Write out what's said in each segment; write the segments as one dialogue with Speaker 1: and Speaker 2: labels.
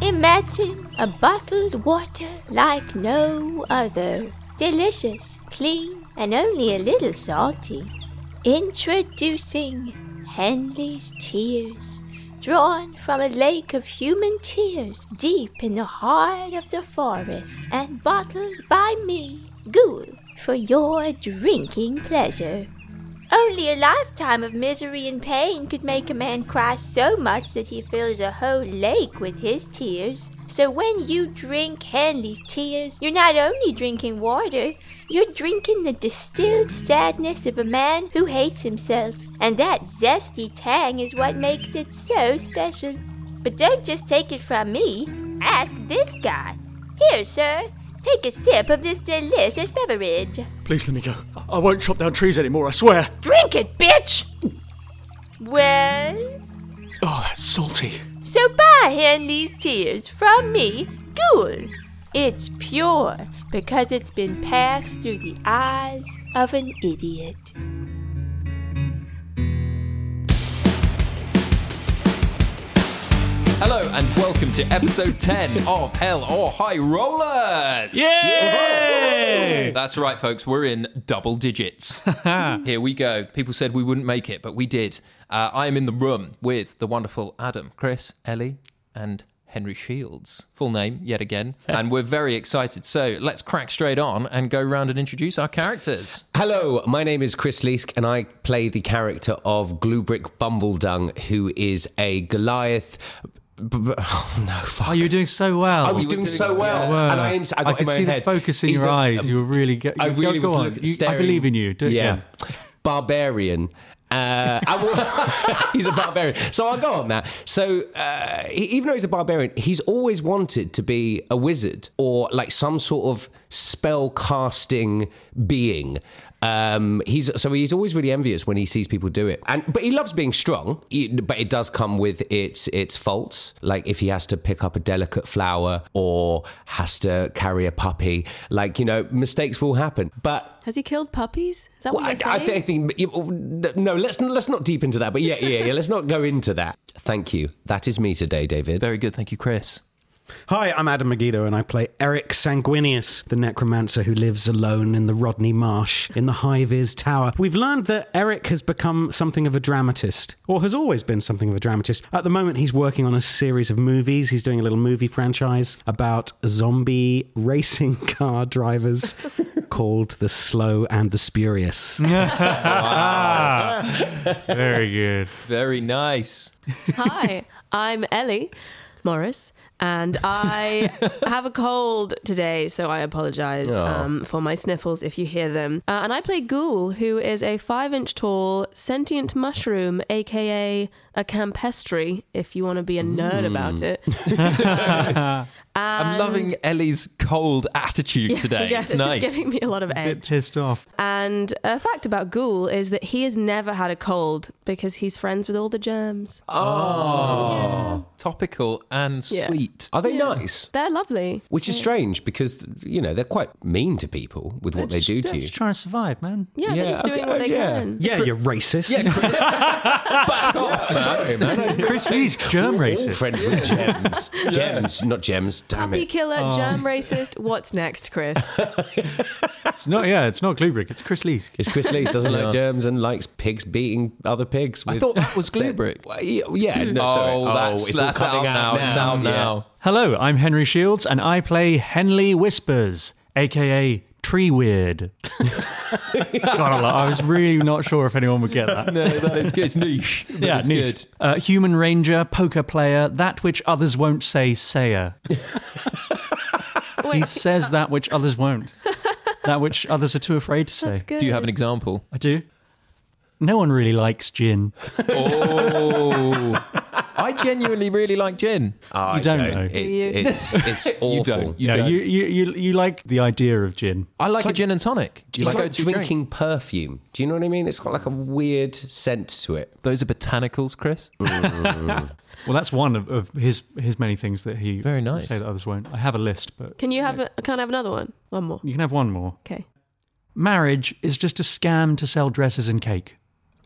Speaker 1: Imagine a bottled water like no other. Delicious, clean, and only a little salty. Introducing Henley's Tears, drawn from a lake of human tears deep in the heart of the forest and bottled by me, Ghoul, for your drinking pleasure. Only a lifetime of misery and pain could make a man cry so much that he fills a whole lake with his tears. So when you drink Henley's tears, you're not only drinking water, you're drinking the distilled sadness of a man who hates himself. And that zesty tang is what makes it so special. But don't just take it from me, ask this guy. Here, sir, take a sip of this delicious beverage.
Speaker 2: Please let me go. I- I won't chop down trees anymore, I swear.
Speaker 1: Drink it, bitch! Well,
Speaker 2: Oh, that's salty.
Speaker 1: so buy Henley's tears from me, Ghoul. It's pure because it's been passed through the eyes of an idiot.
Speaker 3: Hello and welcome to episode 10 of Hell or High Roller.
Speaker 4: Yay!
Speaker 3: That's right, folks. We're in double digits. Here we go. People said we wouldn't make it, but we did. Uh, I am in the room with the wonderful Adam, Chris, Ellie, and Henry Shields. Full name, yet again. and we're very excited. So let's crack straight on and go round and introduce our characters.
Speaker 4: Hello, my name is Chris Leask, and I play the character of Glubrick Bumbledung, who is a Goliath. b- b- Oh no! Fuck.
Speaker 5: Oh, you were doing so well.
Speaker 4: I was doing so well,
Speaker 5: You were.
Speaker 4: and I, ins- I got in
Speaker 5: could
Speaker 4: my
Speaker 5: see
Speaker 4: own
Speaker 5: the
Speaker 4: head.
Speaker 5: focus in
Speaker 4: He's
Speaker 5: your
Speaker 4: a- um,
Speaker 5: eyes. You were really good.
Speaker 4: I really
Speaker 5: go
Speaker 4: was
Speaker 5: on.
Speaker 4: looking-
Speaker 5: You- I
Speaker 4: staring-
Speaker 5: believe in you. Do it again.
Speaker 4: barbarian. Uh, I will- he's a barbarian, so I'll go on that. So uh, he- even though he's a barbarian, he's always wanted to be a wizard or like some sort of spell casting being. Um, he's so he's always really envious when he sees people do it, and but he loves being strong. He- But it does come with its its faults, like if he has to pick up a delicate flower or has to carry a puppy, like you know mistakes will happen. But
Speaker 6: Has he killed puppies? Is that
Speaker 4: well, I,
Speaker 6: what you're
Speaker 4: I
Speaker 6: saying?
Speaker 4: think, I think- no. Let's let's not deep into that. But yeah, yeah, yeah. Let's not go into that. Thank you. That is me today, David.
Speaker 3: Very good. Thank you, Chris.
Speaker 7: Hi, I'm Adam Megiddo, and I play Eric Sanguinius, the necromancer who lives alone in the Rodney Marsh in the High Viz Tower. We've learned that Eric has become something of a dramatist, or has always been something of a dramatist. At the moment, he's working on a series of movies. He's doing a little movie franchise about zombie racing car drivers called The Slow and the Spurious.
Speaker 5: Very good.
Speaker 3: Very nice.
Speaker 6: Hi, I'm Ellie Morris,
Speaker 8: and I have a cold today, so I apologize
Speaker 6: Oh.
Speaker 8: um, for my sniffles if you hear them. Uh, and I play Ghoul, who is a five inch tall sentient mushroom, aka a campestry, if you want to be a nerd about it.
Speaker 3: I'm loving Ellie's cold attitude
Speaker 8: Yeah,
Speaker 3: today.
Speaker 8: yeah,
Speaker 3: it's
Speaker 8: this is
Speaker 3: nice.
Speaker 8: giving me a lot of edge.
Speaker 5: pissed off.
Speaker 8: And a fact about Ghoul is that he has never had a cold because he's friends with all the germs.
Speaker 3: Oh, topical and
Speaker 8: Yeah.
Speaker 3: sweet.
Speaker 4: Are they nice?
Speaker 8: They're lovely.
Speaker 4: Which is
Speaker 8: Yeah.
Speaker 4: strange because you know they're quite mean to people with what they do to you.
Speaker 5: Trying to survive, man.
Speaker 8: Yeah, they're just doing what they can.
Speaker 7: Yeah, you're racist.
Speaker 4: Yeah,
Speaker 7: Chris.
Speaker 4: Sorry, man.
Speaker 5: Chris, he's germ
Speaker 4: We're all
Speaker 5: racist.
Speaker 4: friends with gems. Gems, not gems. Damn
Speaker 8: Puppy
Speaker 4: it.
Speaker 8: killer,
Speaker 3: Oh.
Speaker 8: germ racist. What's next, Chris?
Speaker 5: It's not. Yeah, it's not Glubrick. It's Chris Lees.
Speaker 4: It's Chris Lee doesn't
Speaker 5: Yeah.
Speaker 4: like germs and likes pigs beating other pigs. With
Speaker 5: I thought
Speaker 3: that was Glubrick.
Speaker 4: Well, yeah, yeah,
Speaker 8: Hmm.
Speaker 4: no,
Speaker 3: Oh,
Speaker 4: sorry.
Speaker 3: that's-
Speaker 4: it's all
Speaker 3: that's
Speaker 4: coming
Speaker 3: out now, it's out
Speaker 4: Yeah.
Speaker 3: now.
Speaker 5: Hello, I'm Henry Shields, and I play Henley Whispers, aka Tree Weird. God, I lo- I was really not sure if anyone would get that.
Speaker 3: No, that is good. It's niche. but
Speaker 5: yeah,
Speaker 3: it's
Speaker 5: neat.
Speaker 3: good.
Speaker 5: Uh, human ranger, poker player, that which others won't say, sayer. he says that which others won't, that which others are too afraid to say.
Speaker 8: That's good.
Speaker 3: Do you have an example?
Speaker 5: I do. No one really likes gin.
Speaker 3: Oh, I genuinely really like gin.
Speaker 4: Oh, I
Speaker 5: You don't
Speaker 4: don't.
Speaker 5: know.
Speaker 4: It-
Speaker 5: You-
Speaker 4: it's it's awful.
Speaker 3: You don't. You
Speaker 5: no,
Speaker 3: don't.
Speaker 5: you, you, you, you like the idea of gin.
Speaker 3: I like a gin and tonic.
Speaker 4: It's
Speaker 3: like
Speaker 4: like drinking perfume. Do you know what I mean? It's got like a weird scent to it. Mm.
Speaker 3: Those are botanicals, Chris.
Speaker 5: Well, that's one of, of his his many things that he
Speaker 3: Mm. Very nice.
Speaker 5: say that others won't. I have a list, but
Speaker 8: Can you have a, can I have another one? One more.
Speaker 5: you can have one more.
Speaker 8: Okay.
Speaker 5: Marriage is just a scam to sell dresses and cake,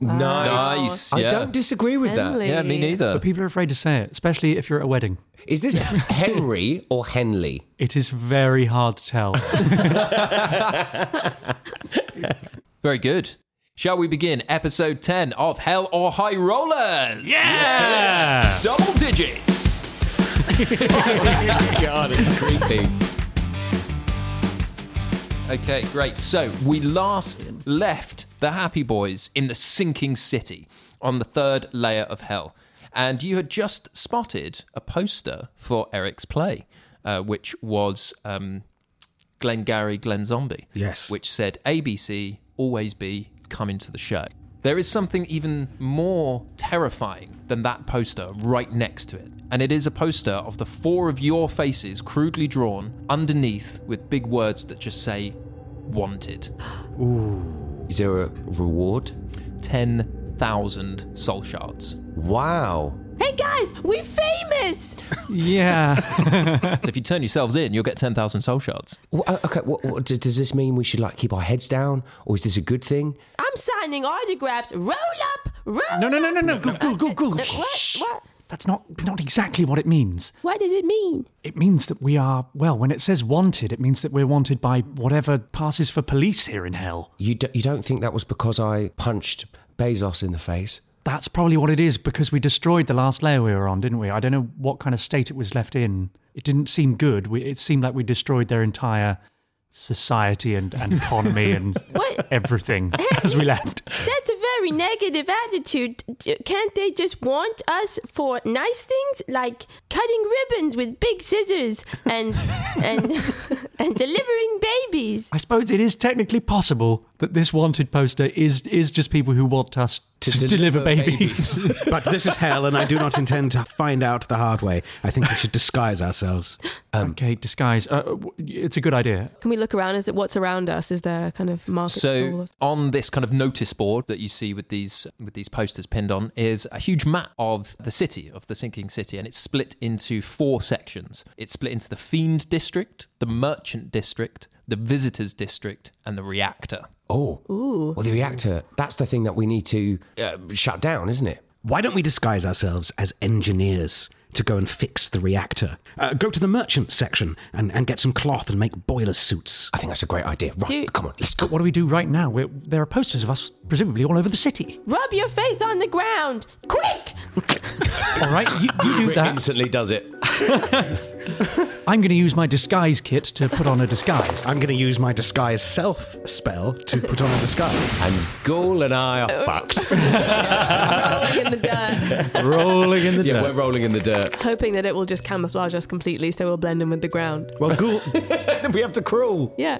Speaker 4: Nice.
Speaker 3: Nice.
Speaker 4: I
Speaker 3: yeah.
Speaker 4: don't disagree with that.
Speaker 8: Henley.
Speaker 3: Yeah, me neither.
Speaker 5: but people are afraid to say it, especially if you're at a wedding.
Speaker 4: Is this Henry or Henley?
Speaker 5: It is very hard to tell.
Speaker 3: Very good. Shall we begin episode 10 of Hell or High Rollers?
Speaker 5: yeah.
Speaker 3: Double digits.
Speaker 4: God, it's creepy.
Speaker 3: Okay, great. So we last left the Happy Boys in the sinking city on the third layer of hell. And you had just spotted a poster for Eric's play, uh, which was um, Glengarry Glen Zombie.
Speaker 7: Yes.
Speaker 3: Which said ABC, always be, come into the show. There is something even more terrifying than that poster right next to it. And it is a poster of the four of your faces crudely drawn underneath with big words that just say wanted.
Speaker 4: Is there a reward?
Speaker 3: 10,000 soul shards.
Speaker 4: Wow.
Speaker 8: Hey guys, we're famous.
Speaker 5: yeah.
Speaker 3: So if you turn yourselves in, you'll get 10,000 soul shards.
Speaker 4: Well, uh, okay. What, what, does- does this mean we should like keep our heads down, or is this a good thing?
Speaker 8: I'm signing autographs. Roll up. Roll.
Speaker 5: No, no, no, no, no. Go, go, go, go.
Speaker 8: What?
Speaker 5: Shh.
Speaker 8: What?
Speaker 5: That's not not exactly what it means.
Speaker 8: What does it mean?
Speaker 5: It means that we are well. When it says wanted, it means that we're wanted by whatever passes for police here in hell.
Speaker 4: You do, you don't think that was because I punched Bezos in the face?
Speaker 5: That's probably what it is because we destroyed the last layer we were on, didn't we? I don't know what kind of state it was left in. It didn't seem good. We, it seemed like we destroyed their entire society and, and economy and
Speaker 8: What?
Speaker 5: everything as we left.
Speaker 8: That's a very negative attitude. D- Can't they just want us for nice things like cutting ribbons with big scissors and and and delivering babies?
Speaker 5: I suppose it is technically possible that this wanted poster is is just people who want us to, deliver, babies.
Speaker 7: But this is hell, and I do not intend to find out the hard way. I think we should disguise ourselves. Um,
Speaker 5: okay, disguise. Uh, w- it's a good idea.
Speaker 8: Can we look around? Is it what's around us? Is there kind of market
Speaker 3: So on this kind of notice board that you see with these with these posters pinned on is a huge map of the city of the sinking city, and it's split into four sections. It's split into the fiend district, the merchant district, the visitors district, and the reactor.
Speaker 4: Oh, well, the reactor—that's the thing that we need to uh, shut down, isn't it?
Speaker 7: Why don't we disguise ourselves as engineers to go and fix the reactor? Uh, go to the merchant section and, and get some cloth and make boiler suits.
Speaker 4: I think that's a great idea. Right,
Speaker 8: You-
Speaker 4: come on, let's go.
Speaker 5: What do we do right now? We're, there are posters of us presumably all over the city.
Speaker 8: Rub your face on the ground, quick!
Speaker 5: All right, you, you do that.
Speaker 4: instantly does it.
Speaker 5: I'm going to use my disguise kit to put on a disguise.
Speaker 7: I'm going to use my disguise self spell to put on a disguise.
Speaker 4: And Gaul and I are fucked.
Speaker 6: Oh. in the dirt.
Speaker 5: rolling in the
Speaker 4: yeah, we're rolling in the dirt.
Speaker 6: Hoping that it will just camouflage us completely so we'll blend in with the ground.
Speaker 7: Well, Ghoul,
Speaker 4: we have to crawl.
Speaker 6: Yeah.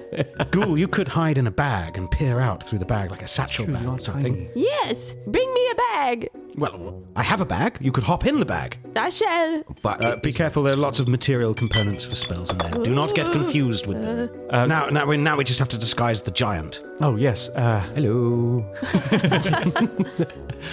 Speaker 7: Ghoul, you could hide in a bag and peer out through the bag like a satchel bag or something.
Speaker 6: Yes, bring me a bag.
Speaker 7: Well, I have a bag. You could hop in the bag.
Speaker 6: I shall.
Speaker 7: But uh, be careful. There are lots of material components for spells in there. Do not get confused with them. now, now we now we just have to disguise the giant.
Speaker 5: Oh yes. Uh,
Speaker 4: Hello.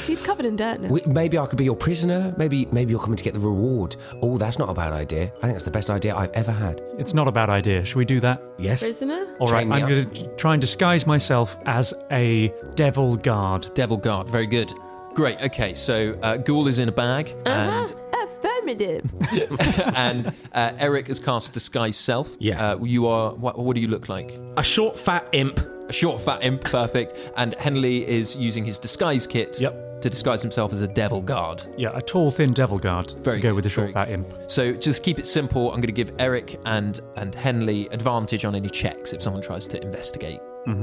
Speaker 6: He's covered in dirt now.
Speaker 4: We, maybe I could be your prisoner. Maybe maybe you're coming to get the reward. Oh, that's not a bad idea. I think that's the best idea I've ever had.
Speaker 5: It's not a bad idea. Should we do that?
Speaker 7: Yes.
Speaker 6: Prisoner?
Speaker 5: All right,
Speaker 4: Train me
Speaker 5: I'm
Speaker 4: up.
Speaker 5: going to try and disguise myself as a devil guard.
Speaker 3: Devil guard, very good. Great. Okay, so uh, Ghoul is in a bag, and
Speaker 8: Uh-huh. Affirmative.
Speaker 3: and uh, Eric has cast disguise self.
Speaker 7: Yeah.
Speaker 3: Uh, you are. What, what do you look like?
Speaker 7: A short, fat imp.
Speaker 3: A short, fat imp. Perfect. And Henley is using his disguise kit.
Speaker 5: Yep.
Speaker 3: To disguise himself as a devil guard.
Speaker 5: Yeah, a tall, thin devil guard.
Speaker 3: Very
Speaker 5: to go
Speaker 3: good,
Speaker 5: with the short
Speaker 3: very
Speaker 5: fat imp.
Speaker 3: So just keep it simple. I'm going to give Eric and and Henley advantage on any checks if someone tries to investigate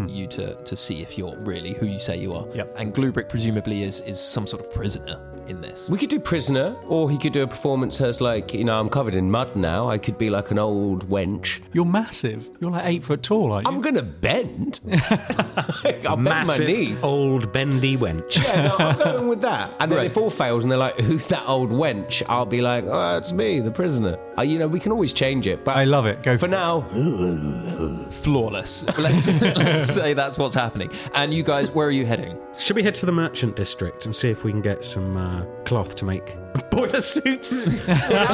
Speaker 3: you to to see if you're really who you say you are.
Speaker 5: Mm-hmm. Yep.
Speaker 3: And Glubrick presumably is is some sort of prisoner in this.
Speaker 4: We could do prisoner, or he could do a performance as like you know I'm covered in mud now. I could be like an old wench.
Speaker 5: You're massive. You're like eight foot tall, aren't you?
Speaker 4: I'm gonna bend. I'll bend my
Speaker 7: Massive
Speaker 4: knees.
Speaker 7: old bendy wench.
Speaker 4: Yeah, no, I'm going with that. And then
Speaker 3: Right.
Speaker 4: if all fails and they're like, who's that old wench? I'll be like, oh, it's me, the prisoner. Uh, you know, we can always change it. But
Speaker 5: I love it. Go
Speaker 4: for
Speaker 5: for it.
Speaker 4: now,
Speaker 3: Flawless. Let's, let's say that's what's happening. And you guys, where are you heading?
Speaker 7: Should we head to the merchant district and see if we can get some uh, cloth to make boiler suits?
Speaker 3: you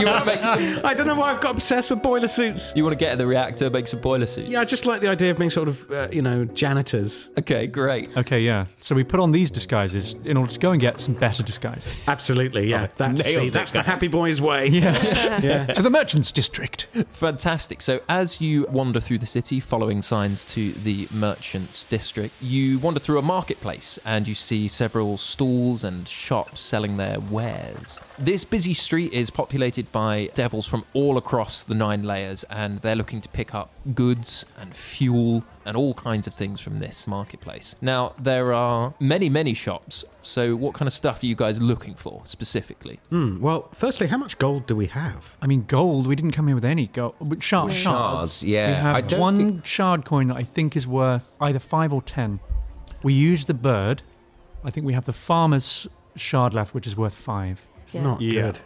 Speaker 3: want to make some,
Speaker 7: I don't know why I've got obsessed with boiler suits.
Speaker 3: you want to get at the reactor, make some boiler suits.
Speaker 7: Yeah, I just like the idea of being sort of, uh, you know, janitors.
Speaker 3: Okay, great.
Speaker 5: Okay, yeah. So we put on these disguises in order to go and get some better disguises.
Speaker 7: Absolutely, yeah. that's
Speaker 4: nailed
Speaker 7: the,
Speaker 4: it,
Speaker 7: that's the
Speaker 4: guys.
Speaker 7: happy boys way.
Speaker 5: Yeah. to the merchants district.
Speaker 3: Fantastic. So, as you wander through the city, following signs to the merchants' district, you wander through a marketplace and you see several stalls and shops selling their wares. This busy street is populated by devils from all across the nine layers, and they're looking to pick up goods and fuel and all kinds of things from this marketplace. Now, there are many, many shops. So, what kind of stuff are you guys looking for specifically?
Speaker 7: Hmm, well, firstly, how much gold do we have?
Speaker 5: I mean, gold. We didn't come here with any gold. But shard,
Speaker 4: With
Speaker 5: shards.
Speaker 4: shards, yeah.
Speaker 5: We have
Speaker 4: I don't
Speaker 5: one
Speaker 4: think-
Speaker 5: shard coin that I think is worth either five or ten. We used the bird. I think we have the farmer's shard left, which is worth five.
Speaker 7: It's not
Speaker 5: Yeah.
Speaker 7: good.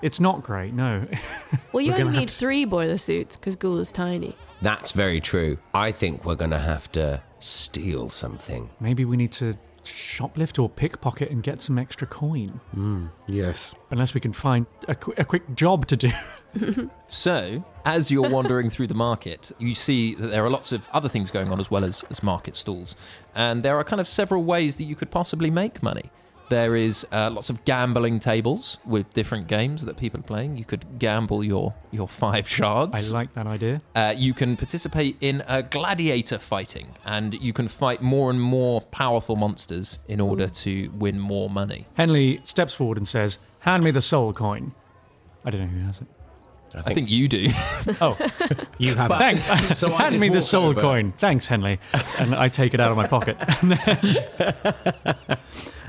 Speaker 5: It's not great, no.
Speaker 6: Well, you
Speaker 7: We're gonna
Speaker 6: only
Speaker 7: have
Speaker 6: need
Speaker 7: to-
Speaker 6: three boiler suits because Ghoul is tiny.
Speaker 4: that's very true. I think we're gonna have to steal something.
Speaker 5: Maybe we need to shoplift or pickpocket and get some extra coin.
Speaker 7: Hmm, Yes.
Speaker 5: Unless we can find a, qu- a quick job to do.
Speaker 3: So, as you're wandering through the market, you see that there are lots of other things going on as well as, as market stalls. And there are kind of several ways that you could possibly make money. There is uh, lots of gambling tables with different games that people are playing. You could gamble your, your five shards.
Speaker 5: I like that idea.
Speaker 3: Uh, you can participate in uh, gladiator fighting, and you can fight more and more powerful monsters in order to win more money.
Speaker 5: Henley steps forward and says, Hand me the soul coin. I don't know who has it.
Speaker 3: I think, you do.
Speaker 5: Oh,
Speaker 7: You have it.
Speaker 5: thanks.
Speaker 4: So I
Speaker 5: Hand
Speaker 4: just
Speaker 5: me the
Speaker 4: walk
Speaker 5: soul
Speaker 4: over.
Speaker 5: coin. Thanks, Henley. And I take it out of my pocket.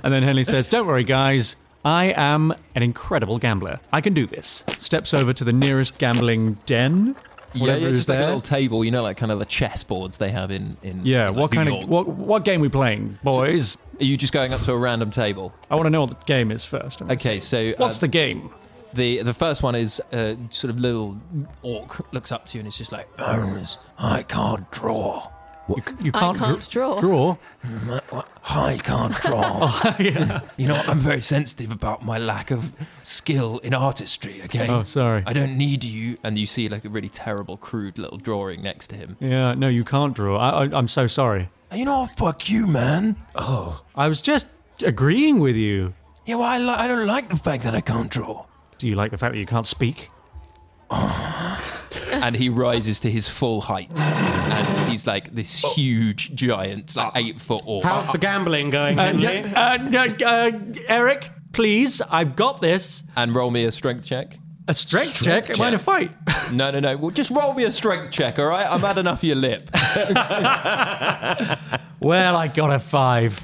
Speaker 5: And then, and then Henley says, Don't worry, guys. I am an incredible gambler. I can do this. Steps over to the nearest gambling den.
Speaker 3: yeah,
Speaker 5: whatever
Speaker 3: yeah,
Speaker 5: is
Speaker 3: just like a
Speaker 5: there.
Speaker 3: little table, you know, like kind of the chessboards they have in in
Speaker 5: Yeah,
Speaker 3: in, like,
Speaker 5: what
Speaker 3: New
Speaker 5: kind
Speaker 3: York.
Speaker 5: of what what game we playing, boys?
Speaker 3: Are you just going up to a random table?
Speaker 5: I want to know what the game is first.
Speaker 3: Okay, so uh,
Speaker 5: What's the game?
Speaker 3: the the first one is uh, sort of little orc looks up to you and it's just like, "Owners, I can't draw.
Speaker 5: You
Speaker 6: I
Speaker 5: can't,
Speaker 6: can't draw.
Speaker 5: draw.
Speaker 3: Mm,
Speaker 5: Oh,
Speaker 3: I can't draw. You know, I'm very sensitive about my lack of skill in artistry. Okay.
Speaker 5: Oh, sorry.
Speaker 3: I don't need you. And you see like a really terrible, crude little drawing next to him.
Speaker 5: Yeah, no, you can't draw. I, I, I'm so sorry.
Speaker 3: You know, fuck you, man.
Speaker 5: Oh, I was just agreeing with you.
Speaker 3: Yeah, well, I, li- I don't like the fact that I can't draw.
Speaker 5: Do you like the fact that you can't speak?
Speaker 3: and he rises to his full height, and he's like this
Speaker 5: Oh.
Speaker 3: huge giant, like eight foot Uh, orc.
Speaker 7: How's the gambling going,
Speaker 5: Uh,
Speaker 7: Henley?
Speaker 5: Eric, please, I've got this.
Speaker 3: And roll me a strength check.
Speaker 5: A strength, check? Am I in a fight?
Speaker 3: no, no, no. Well, just roll me a strength check, all right? I've had enough of your lip.
Speaker 5: well, I got a five.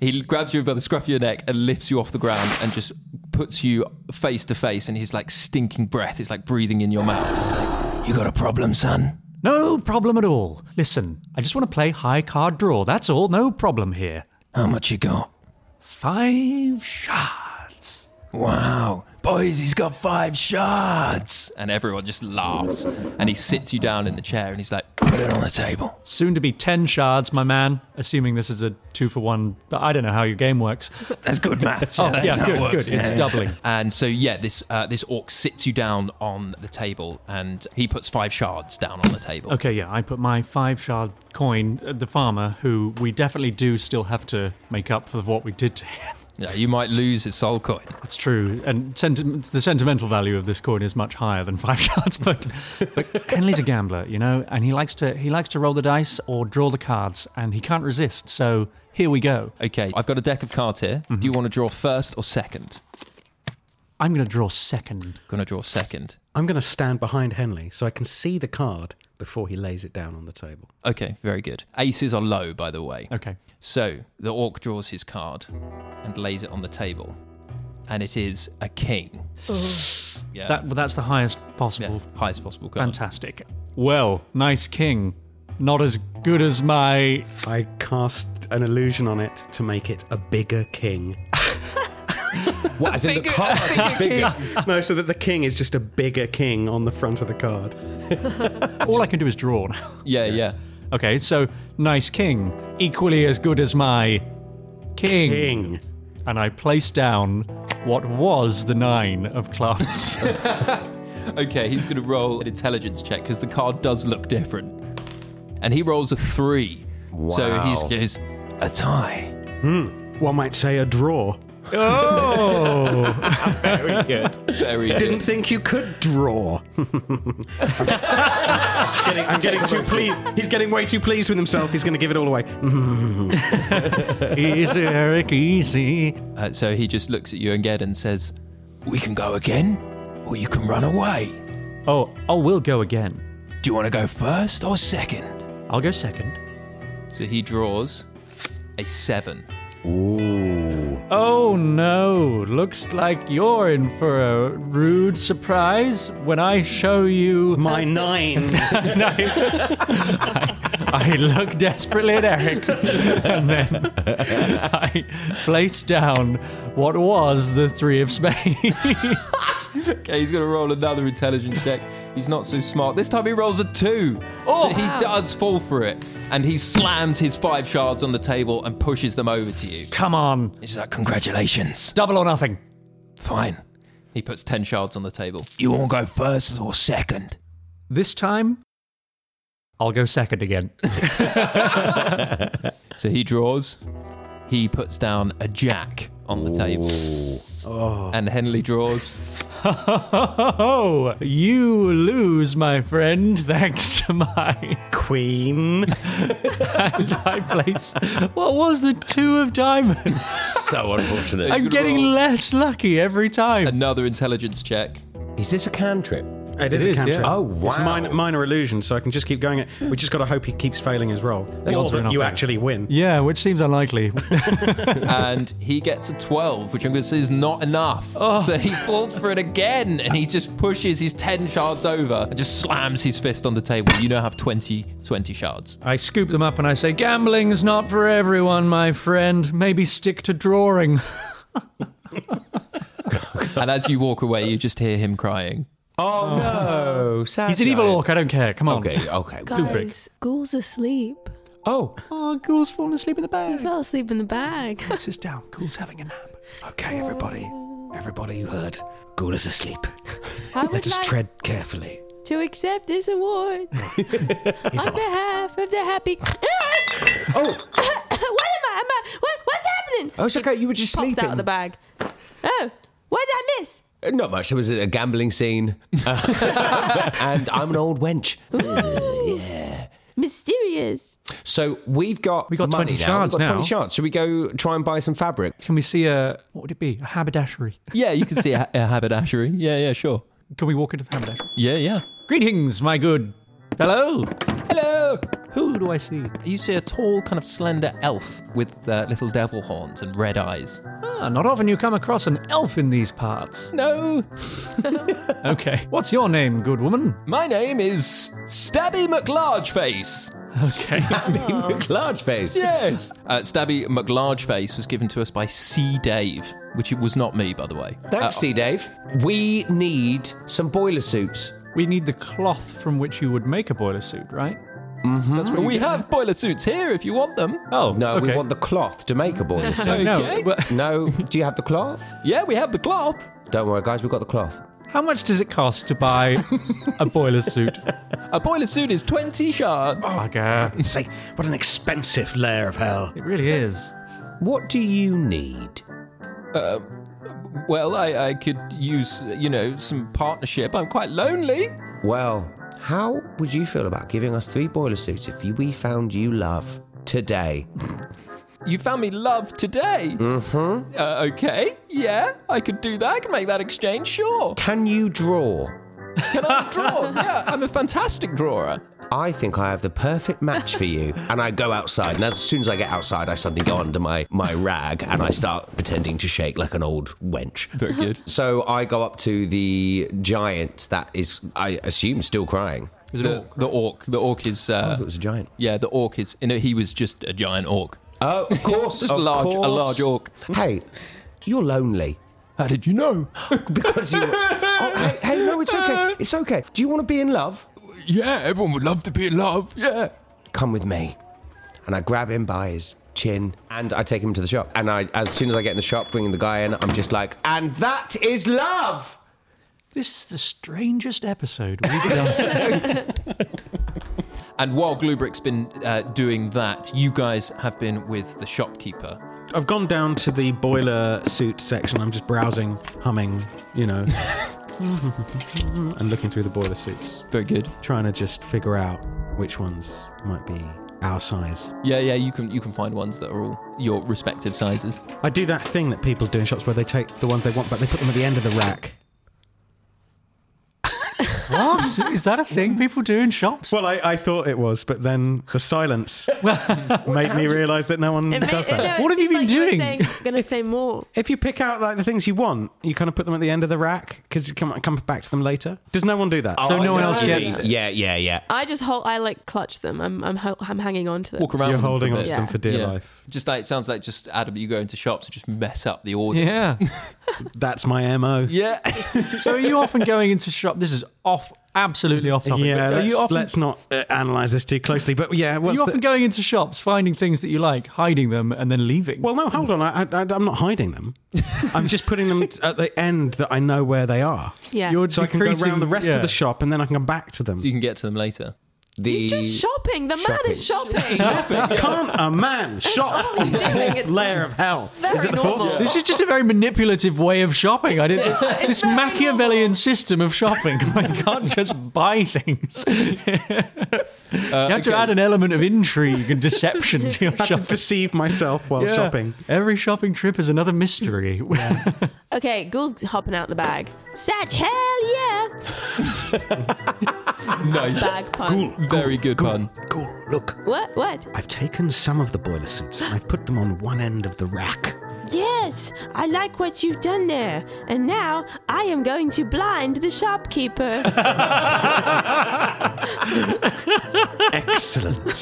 Speaker 3: He grabs you by the scruff of your neck and lifts you off the ground and just puts you face to face. And he's like stinking breath. He's like breathing in your mouth. He's like, "You got a problem, son."
Speaker 5: No problem at all. Listen, I just want to play high card draw. That's all. No problem here.
Speaker 3: How much you got?
Speaker 5: Five shots.
Speaker 3: Wow. Boys, he's got five shards. And everyone just laughs. And he sits you down in the chair and he's like, put it on the table.
Speaker 5: Soon to be 10 shards, my man. Assuming this is a two for one, but I don't know how your game works.
Speaker 3: That's good maths.
Speaker 5: oh,
Speaker 3: That's
Speaker 5: yeah,
Speaker 3: how it
Speaker 5: good, good.
Speaker 3: works.
Speaker 5: It's
Speaker 3: Yeah, yeah.
Speaker 5: doubling.
Speaker 3: And so, yeah, this uh, this orc sits you down on the table and he puts five shards down on the table.
Speaker 5: Okay, yeah, I put my five shard coin at the farmer, who we definitely do still have to make up for what we did to him.
Speaker 3: Yeah, you might lose his soul coin.
Speaker 5: It's true, and senti- the sentimental value of this coin is much higher than five shards. But, but Henley's a gambler, you know, and he likes to he likes to roll the dice or draw the cards, and he can't resist. So here we go.
Speaker 3: Okay, I've got a deck of cards here. Do you want to draw first or second?
Speaker 5: I'm going to draw second.
Speaker 3: Going to draw second.
Speaker 7: I'm going to stand behind Henley so I can see the card before he lays it down on the table.
Speaker 3: Okay, very good. Aces are low, by the way.
Speaker 5: Okay.
Speaker 3: So the orc draws his card and lays it on the table, and it is a king. Yeah.
Speaker 5: That well, that's the highest possible.
Speaker 3: highest possible card.
Speaker 5: Fantastic. Mm-hmm. Well, nice king. Not as good as my.
Speaker 7: I cast an illusion on it to make it a bigger king.
Speaker 4: What, as in the card?
Speaker 7: Bigger. no, so that the king is just a bigger king on the front of the card.
Speaker 5: All I can do is draw now.
Speaker 3: Yeah, yeah.
Speaker 5: Okay, so nice king, equally as good as my king.
Speaker 7: King.
Speaker 5: And I place down what was the nine of clubs.
Speaker 3: Okay, he's going to roll an intelligence check because the card does look different, and he rolls a three. So
Speaker 4: Wow.
Speaker 3: he's, he's a tie.
Speaker 7: Hmm. One might say a draw.
Speaker 5: oh,
Speaker 4: Very good.
Speaker 3: Very
Speaker 7: Didn't
Speaker 3: good.
Speaker 7: think you could draw. I'm getting, I'm getting too pleased. He's getting way too pleased with himself. He's going to give it all away.
Speaker 5: easy, Eric, easy.
Speaker 3: Uh, so he just looks at you again and says, "We can go again, or you can run away.
Speaker 5: Oh, oh, we'll go again.
Speaker 3: Do you want to go first or second?
Speaker 5: I'll go second.
Speaker 3: So he draws a seven.
Speaker 4: Ooh.
Speaker 5: Oh no, looks like you're in for a rude surprise when I show you.
Speaker 7: My nine.
Speaker 5: I look desperately at Eric, and then I place down what was the three of spades.
Speaker 3: Okay, he's going to roll another intelligence check. He's not so smart. This time he rolls a two. Oh, he does fall for it, and he slams his five shards on the table and pushes them over to you.
Speaker 5: Come on,
Speaker 3: He's like, "Congratulations,
Speaker 5: double or nothing.
Speaker 3: fine." He puts ten shards on the table. You want to go first or second?
Speaker 5: This time, I'll go second again.
Speaker 3: So he draws. He puts down a jack on the table, and Henley draws.
Speaker 5: Oh, you lose, my friend, thanks to my.
Speaker 7: Queen.
Speaker 5: and I place. What was the two of diamonds?
Speaker 4: So unfortunate.
Speaker 5: I'm getting
Speaker 3: roll.
Speaker 5: less lucky every time.
Speaker 3: Another intelligence check.
Speaker 4: Is this a cantrip?
Speaker 5: It
Speaker 7: It is, a
Speaker 5: is, yeah.
Speaker 7: cantrip.
Speaker 4: Oh, wow.
Speaker 7: It's minor, minor illusion, so I can just keep going. It. We just got to hope he keeps failing his roll. or
Speaker 5: also
Speaker 7: that
Speaker 5: not
Speaker 7: you
Speaker 5: fair.
Speaker 7: actually win.
Speaker 5: yeah, which seems unlikely.
Speaker 3: and he gets a 12, which I'm going to say is not enough.
Speaker 5: Oh.
Speaker 3: So he falls for it again and he just pushes his 10 shards over and just slams his fist on the table. You now have 20, 20 shards.
Speaker 5: I scoop them up and I say, Gambling's not for everyone, my friend. Maybe stick to drawing.
Speaker 3: And as you walk away, you just hear him crying.
Speaker 4: Oh, no. Sad
Speaker 5: He's an evil
Speaker 4: guy.
Speaker 5: orc, I don't care. Come on.
Speaker 4: Okay, okay.
Speaker 6: Guys, Ghoul's asleep.
Speaker 4: Oh,
Speaker 5: Oh, Ghoul's fallen asleep in the
Speaker 6: He
Speaker 5: bag.
Speaker 6: fell asleep in the bag.
Speaker 5: This is down. Ghoul's having a nap.
Speaker 9: Okay, everybody. Everybody you heard. Ghoul is asleep.
Speaker 6: I would
Speaker 9: Let us
Speaker 6: like
Speaker 9: tread carefully.
Speaker 6: to accept this award
Speaker 9: He's
Speaker 6: on
Speaker 9: off.
Speaker 6: behalf of the happy. what
Speaker 4: oh,
Speaker 6: am I? Am I? What, what's happening?
Speaker 4: oh, it's okay. You were just
Speaker 6: Pops
Speaker 4: sleeping.
Speaker 6: out of the bag. Oh, what did I miss?
Speaker 4: Not much. There was a gambling scene, and I'm an old wench.
Speaker 6: Mysterious.
Speaker 4: So we've got
Speaker 5: We got
Speaker 4: money
Speaker 5: 20
Speaker 4: now.
Speaker 5: shards
Speaker 4: We've got
Speaker 5: now.
Speaker 4: Twenty shards. Should we go try and buy some fabric?
Speaker 5: Can we see a. What would it be? A haberdashery.
Speaker 3: Yeah, you can see a, a haberdashery. Yeah, yeah, sure.
Speaker 5: Can we walk into the hammer?
Speaker 3: Yeah, yeah.
Speaker 5: Greetings, my good fellow.
Speaker 3: Hello.
Speaker 5: Who do I see?
Speaker 3: You see a tall, kind of slender elf with uh, little devil horns and red eyes.
Speaker 5: Ah, not often you come across an elf in these parts.
Speaker 3: No.
Speaker 5: okay. What's your name, good woman?
Speaker 3: My name is Stabby McLargeface.
Speaker 5: Okay.
Speaker 4: Stabby McLargeface.
Speaker 3: Yes. Uh, Stabby McLargeface was given to us by C. Dave, which it was not me, by the way.
Speaker 4: Thanks,
Speaker 3: Uh,
Speaker 4: C. Dave. We need some boiler suits.
Speaker 5: We need the cloth from which you would make a boiler suit, right?
Speaker 4: Mm-hmm.
Speaker 5: That's what you
Speaker 3: we
Speaker 5: get.
Speaker 3: have boiler suits here if you want them.
Speaker 5: Oh,
Speaker 4: No, we
Speaker 5: okay.
Speaker 4: want the cloth to make a boiler suit.
Speaker 5: No,
Speaker 3: Okay.
Speaker 5: but
Speaker 4: no, do you have the cloth?
Speaker 3: Yeah, we have the cloth.
Speaker 4: Don't worry, guys, we've got the cloth.
Speaker 5: how much does it cost to buy a boiler suit? Oh,
Speaker 3: A boiler suit is 20 shards.
Speaker 5: Bugger.
Speaker 7: Say, what an expensive layer of hell.
Speaker 5: It really is.
Speaker 4: What do you need?
Speaker 3: Uh, well, I, I could use, you know, some partnership. I'm quite lonely.
Speaker 4: Well, how would you feel about giving us three boiler suits if you, we found you love today?
Speaker 3: You found me love today.
Speaker 4: Mm-hmm.
Speaker 3: Uh, okay, yeah, I could do that. I can make that exchange, sure.
Speaker 4: Can you draw?
Speaker 3: Can I draw? yeah, I'm a fantastic drawer.
Speaker 4: I think I have the perfect match for you. And I go outside, and as soon as I get outside, I suddenly go under my, my rag and I start pretending to shake like an old wench.
Speaker 3: Very good.
Speaker 4: So I go up to the giant that is, I assume, still crying.
Speaker 5: Is it
Speaker 3: the,
Speaker 5: all?
Speaker 3: the orc. The orc is.
Speaker 4: I thought
Speaker 3: Uh,
Speaker 4: it was a giant.
Speaker 3: yeah, the orc is. You know, he was just a giant orc.
Speaker 4: Oh, of course.
Speaker 3: Just
Speaker 4: of
Speaker 3: large- a
Speaker 4: course.
Speaker 3: large orc.
Speaker 4: Hey, you're lonely.
Speaker 3: How did you know?
Speaker 4: Because you. Oh, hey, hey, no, it's okay. It's okay. Do you want to be in love?
Speaker 3: yeah, everyone would love to be in love. Yeah.
Speaker 4: Come with me. And I grab him by his chin and I take him to the shop. And I, as soon as I get in the shop, bringing the guy in, I'm just like, and that is love.
Speaker 5: This is the strangest episode we've done.
Speaker 3: And while Glubrick's been uh, doing that, you guys have been with the shopkeeper.
Speaker 7: I've gone down to the boiler suit section. I'm just browsing, humming, you know, and looking through the boiler suits,
Speaker 3: Very good.
Speaker 7: trying to just figure out which ones might be our size.
Speaker 3: Yeah, yeah, you can you can find ones that are all your respective sizes.
Speaker 7: I do that thing that people do in shops where they take the ones they want, but they put them at the end of the rack.
Speaker 5: what? Is that a thing people do in shops?
Speaker 7: Well, I, I thought it was, but then the silence made me realise that no one
Speaker 8: It
Speaker 7: does
Speaker 8: ma-
Speaker 7: that.
Speaker 8: no, it
Speaker 5: What have you
Speaker 8: seemed
Speaker 5: been
Speaker 8: like were
Speaker 5: doing?
Speaker 8: saying- gonna say more.
Speaker 7: If you pick out like the things you want, you kind of put them at the end of the rack because you come come back to them later. Does no one do that?
Speaker 5: So
Speaker 4: I
Speaker 5: no one
Speaker 4: know
Speaker 5: else
Speaker 4: what you
Speaker 5: gets
Speaker 4: mean.
Speaker 5: it.
Speaker 4: Yeah, yeah, yeah.
Speaker 8: I just hold. I like clutch them. I'm I'm ho- I'm hanging on to them.
Speaker 3: Walk around.
Speaker 7: You're
Speaker 3: with them for a
Speaker 7: holding on
Speaker 3: bit.
Speaker 7: to them for dear
Speaker 3: Yeah.
Speaker 7: life.
Speaker 3: Just like it sounds like just Adam, you go into shops and just mess up the order.
Speaker 5: Yeah.
Speaker 7: That's my mo.
Speaker 3: Yeah.
Speaker 5: So are you often going into shop? This is off, absolutely off topic.
Speaker 7: Yeah,
Speaker 5: Are
Speaker 7: let's,
Speaker 5: you often,
Speaker 7: let's not uh, analyze this too closely. But yeah,
Speaker 5: are
Speaker 7: what's
Speaker 5: you
Speaker 7: the-
Speaker 5: often going into shops, finding things that you like, hiding them, and then leaving?
Speaker 7: well, no, hold on. I, I, I'm not hiding them. I'm just putting them at the end that I know where they are.
Speaker 8: Yeah.
Speaker 5: You're
Speaker 7: So I can go
Speaker 5: decreasing-
Speaker 7: around the rest
Speaker 5: yeah.
Speaker 7: of the shop and then I can come back to them.
Speaker 3: you can get to them later.
Speaker 4: The
Speaker 8: He's just shopping. The man is shopping.
Speaker 7: Can't a man shop
Speaker 8: all he's doing. It's
Speaker 7: layer of hell?
Speaker 8: very
Speaker 7: Is it the
Speaker 8: normal.
Speaker 7: fourth?
Speaker 5: This is just a very manipulative way of shopping. I didn't.
Speaker 8: it's
Speaker 5: this
Speaker 8: very
Speaker 5: Machiavellian
Speaker 8: normal.
Speaker 5: system of shopping. I can't just buy things. you have to
Speaker 3: Uh, okay.
Speaker 5: add an element of intrigue and deception to your
Speaker 7: I have to
Speaker 5: shopping.
Speaker 7: deceive myself while
Speaker 5: Yeah.
Speaker 7: shopping.
Speaker 5: Every shopping trip is another mystery.
Speaker 8: Okay, Ghoul's hopping out the bag. Satch, hell yeah!
Speaker 3: Nice.
Speaker 8: Bag pun.
Speaker 3: Very good pun.
Speaker 7: Cool. Look,
Speaker 8: What? What?
Speaker 7: I've taken some of the boiler suits and I've put them on one end of the rack.
Speaker 8: Yes, I like what you've done there. And now I am going to blind the shopkeeper.
Speaker 7: Excellent.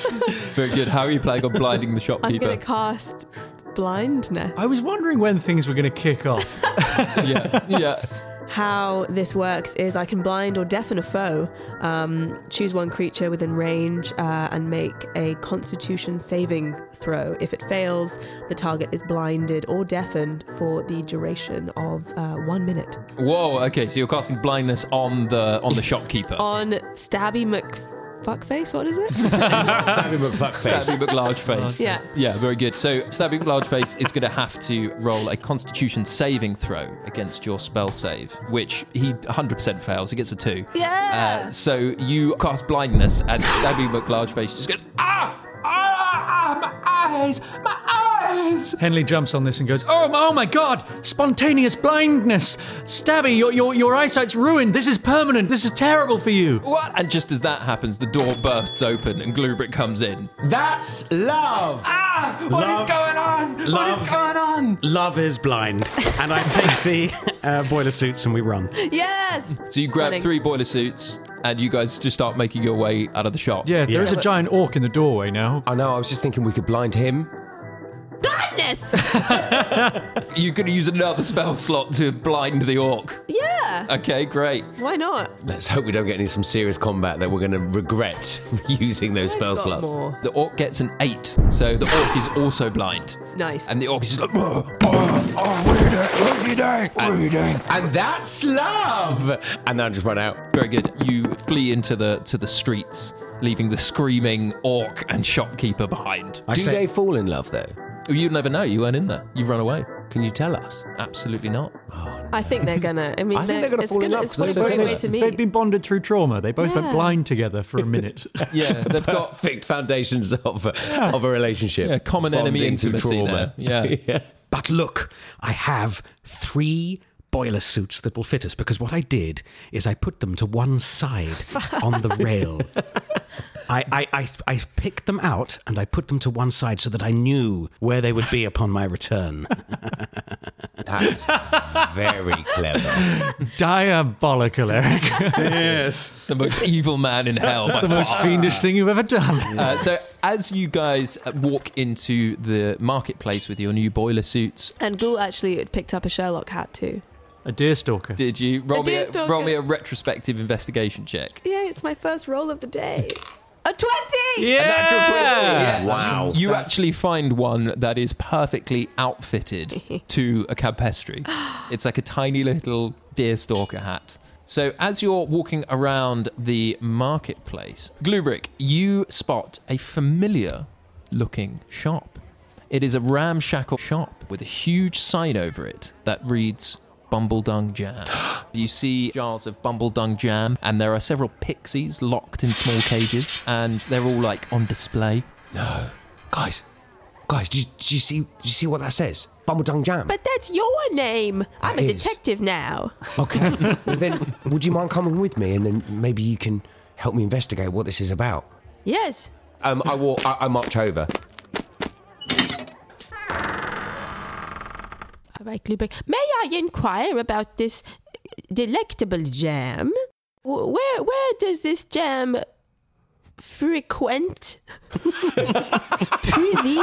Speaker 3: Very good. How are you playing on blinding
Speaker 8: I'm
Speaker 3: the shopkeeper?
Speaker 8: going to cast blindness.
Speaker 5: I was wondering when things were going to kick off.
Speaker 3: yeah. Yeah.
Speaker 8: How this works is I can blind or deafen a foe. Um, choose one creature within range uh, and make a Constitution saving throw. If it fails, the target is blinded or deafened for the duration of uh, one minute.
Speaker 3: Whoa. Okay. So you're casting blindness on the on the shopkeeper.
Speaker 8: On Stabby McFuckface, what is it?
Speaker 4: Stabby McFuckface.
Speaker 3: Stabby McLargeface.
Speaker 8: Yeah.
Speaker 3: Yeah, very good. So Stabby McLargeface is going to have to roll a Constitution saving throw against your spell save, which he 100% fails. He gets a two.
Speaker 8: Yeah.
Speaker 3: Uh, so you cast blindness, and Stabby McLargeface just goes, ah, ah, ah, my eyes, my
Speaker 5: eyes. Henley jumps on this and goes, "Oh, oh my god! Spontaneous blindness, Stabby! Your, your your eyesight's ruined. This is permanent. This is terrible for you."
Speaker 3: What? And just as that happens, the door bursts open and Glubrit comes in.
Speaker 4: That's love.
Speaker 9: Ah, what is
Speaker 3: Love.
Speaker 9: going on? What
Speaker 7: Love.
Speaker 9: is going on?
Speaker 7: Love is blind. And I take the uh, boiler suits and we run.
Speaker 6: Yes.
Speaker 3: So you grab
Speaker 6: Running.
Speaker 3: three boiler suits and you guys just start making your way out of the shop.
Speaker 5: Yeah, there is a giant orc in the doorway now.
Speaker 4: I know. I was just thinking we could blind him.
Speaker 6: Blindness.
Speaker 3: You're going to use another spell slot to blind the orc.
Speaker 6: yeah.
Speaker 3: Okay, great.
Speaker 6: Why not?
Speaker 4: Let's hope we don't get into some serious combat that we're going to regret using those spell
Speaker 6: got
Speaker 4: slots.
Speaker 6: more.
Speaker 3: The orc gets an eight, so the orc is also blind.
Speaker 6: Nice.
Speaker 3: And the orc is just like, "Ugh."
Speaker 9: What are you doing? What are you doing?
Speaker 4: And that's love. And then I just run out.
Speaker 3: Very good. You flee into the to the streets, leaving the screaming orc and shopkeeper behind.
Speaker 4: Do they fall in love though?
Speaker 3: You never know. You weren't in there. You've run away.
Speaker 4: Can you tell us?
Speaker 3: Absolutely not.
Speaker 6: I think they're gonna. I mean,
Speaker 4: I think they're gonna
Speaker 6: it's
Speaker 4: fall in
Speaker 6: gonna,
Speaker 4: love
Speaker 6: It's
Speaker 4: 'cause
Speaker 6: quite
Speaker 4: they're
Speaker 6: a great
Speaker 4: so
Speaker 6: way to
Speaker 4: similar.
Speaker 6: meet.
Speaker 5: They've been bonded through trauma. They both
Speaker 6: Yeah.
Speaker 5: went blind together for a minute.
Speaker 3: Yeah, they've got
Speaker 4: Perfect foundations of of a relationship.
Speaker 3: Yeah, common enemy
Speaker 4: Bonding through
Speaker 3: intimacy
Speaker 4: trauma.
Speaker 3: there. Yeah.
Speaker 7: But look, I have three boiler suits that will fit us because what I did is I put them to one side on the rail. I, I, I, I picked them out and I put them to one side so that I knew where they would be upon my return.
Speaker 4: That's very clever.
Speaker 5: Diabolical, Eric.
Speaker 7: yes.
Speaker 3: The most evil man in
Speaker 4: Oh,
Speaker 3: hell.
Speaker 5: That's the most fiendish thing you've ever done.
Speaker 3: Uh, so, as you guys uh, walk into the marketplace with your new boiler suits,
Speaker 6: And Ghoul actually picked up a Sherlock hat too.
Speaker 5: A deerstalker.
Speaker 3: did you roll me a,
Speaker 6: deerstalker.
Speaker 3: roll me a retrospective investigation check?
Speaker 6: Yeah, it's my first roll of the day. A twenty.
Speaker 3: A natural 20, yeah.
Speaker 4: Wow.
Speaker 3: You actually find one that is perfectly outfitted to a capestry. It's like a tiny little deerstalker hat. So as you're walking around the marketplace, Glubrick, you spot a familiar looking shop. It is a ramshackle shop with a huge sign over it that reads Bumbledung Jam. You see jars of Bumbledung Jam, and there are several pixies locked in small cages, and they're all like on display.
Speaker 4: No, guys, guys, do you, do you see? Do you see what that says? Bumbledung Jam.
Speaker 6: But that's your name. I'm a
Speaker 4: That is.
Speaker 6: detective now.
Speaker 4: okay. Well, then, would you mind coming with me, and then maybe you can help me investigate what this is about?
Speaker 6: Yes.
Speaker 4: Um, I walk. I, I march over.
Speaker 6: All right, Glubeck. May I inquire about this delectable jam? Wh- Where where does this jam frequent? Privy?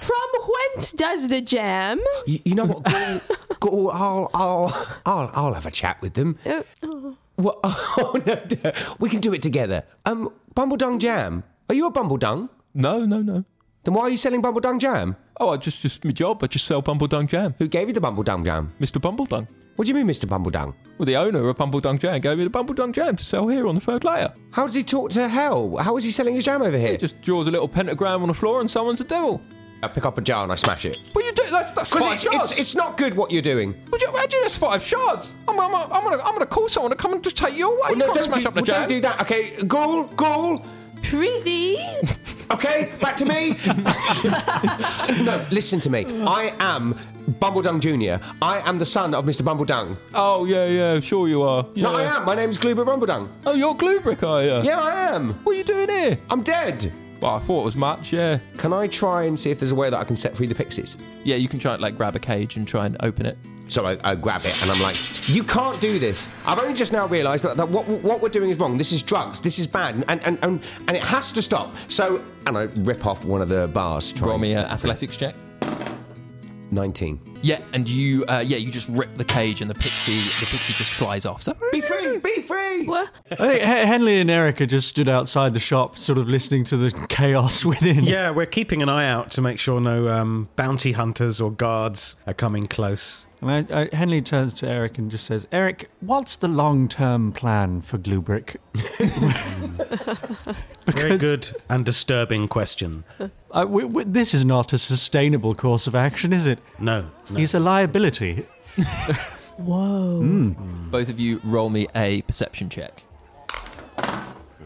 Speaker 6: From whence does the jam?
Speaker 4: You, you know what? Go, go, I'll, I'll, I'll, I'll have a chat with them.
Speaker 6: Oh, oh.
Speaker 4: What? Oh no, no, we can do it together. Um, Bumbledung Jam. Are you a Bumbledung?
Speaker 3: No, no, no.
Speaker 4: Then why are you selling Bumbledung Jam?
Speaker 3: Oh, I just just my job. I just sell Bumbledung Jam.
Speaker 4: Who gave you the Bumbledung Jam?
Speaker 3: Mr. Bumbledung.
Speaker 4: What do you mean, Mr. Bumbledung?
Speaker 3: Well, the owner of Bumbledung Jam gave me the Bumbledung Jam to sell here on the third layer.
Speaker 4: How does he talk to hell? Oh, How is he selling his jam over here?
Speaker 3: He just draws a little pentagram on the floor, and someone's a devil.
Speaker 4: I pick up a jar and I smash it.
Speaker 3: What you do? That's, that's
Speaker 4: Because
Speaker 3: five
Speaker 4: it's,
Speaker 3: shards.
Speaker 4: it's, it's not good what you're doing.
Speaker 3: Would you imagine that's five shards? I'm, I'm, I'm, gonna, I'm gonna call someone to come and just take you away.
Speaker 4: Well,
Speaker 3: you
Speaker 4: Oh, no,
Speaker 3: can't
Speaker 4: don't,
Speaker 3: smash
Speaker 4: do,
Speaker 3: up the
Speaker 4: well,
Speaker 3: jam.
Speaker 4: don't do that. Okay, Ghoul, Ghoul.
Speaker 6: Privy?
Speaker 4: Okay, back to me. no, listen to me. I am Bumbledung Jr. I am the son of Mr. Bumbledung.
Speaker 3: Oh yeah, yeah, sure you are.
Speaker 4: No, I
Speaker 3: Yeah.
Speaker 4: am. My name's Gloober Rumbledung.
Speaker 3: Oh, you're Glubrick, are you?
Speaker 4: Yeah, I am.
Speaker 3: What are you doing here?
Speaker 4: I'm dead.
Speaker 3: Well, I thought it was much. Yeah.
Speaker 4: Can I try and see if there's a way that I can set free the pixies?
Speaker 3: Yeah, you can try and like grab a cage and try and open it.
Speaker 4: So I, I grab it and I'm like, you can't do this. I've only just now realised that, that what, what we're doing is wrong. This is drugs. This is bad. And, and, and, and it has to stop. So, and I rip off one of the bars. to try
Speaker 3: Roll
Speaker 4: and
Speaker 3: me an
Speaker 4: set free.
Speaker 3: athletics check.
Speaker 4: 19.
Speaker 3: Yeah, and you, uh, yeah, you just rip the cage, and the pixie, the pixie just flies off. So
Speaker 4: Be free! Be free!
Speaker 6: What?
Speaker 5: I think H- Henley and Erica just stood outside the shop, sort of listening to the chaos within.
Speaker 7: Yeah, we're keeping an eye out to make sure no um, bounty hunters or guards are coming close.
Speaker 5: And I, I, Henley turns to Eric and just says, Eric, what's the long term plan for Glubrick?
Speaker 7: Very good and disturbing question.
Speaker 5: Uh, we, we, this is not a sustainable course of action, is it?
Speaker 7: No. no.
Speaker 5: He's a liability. Hmm.
Speaker 3: both of you roll me a perception check.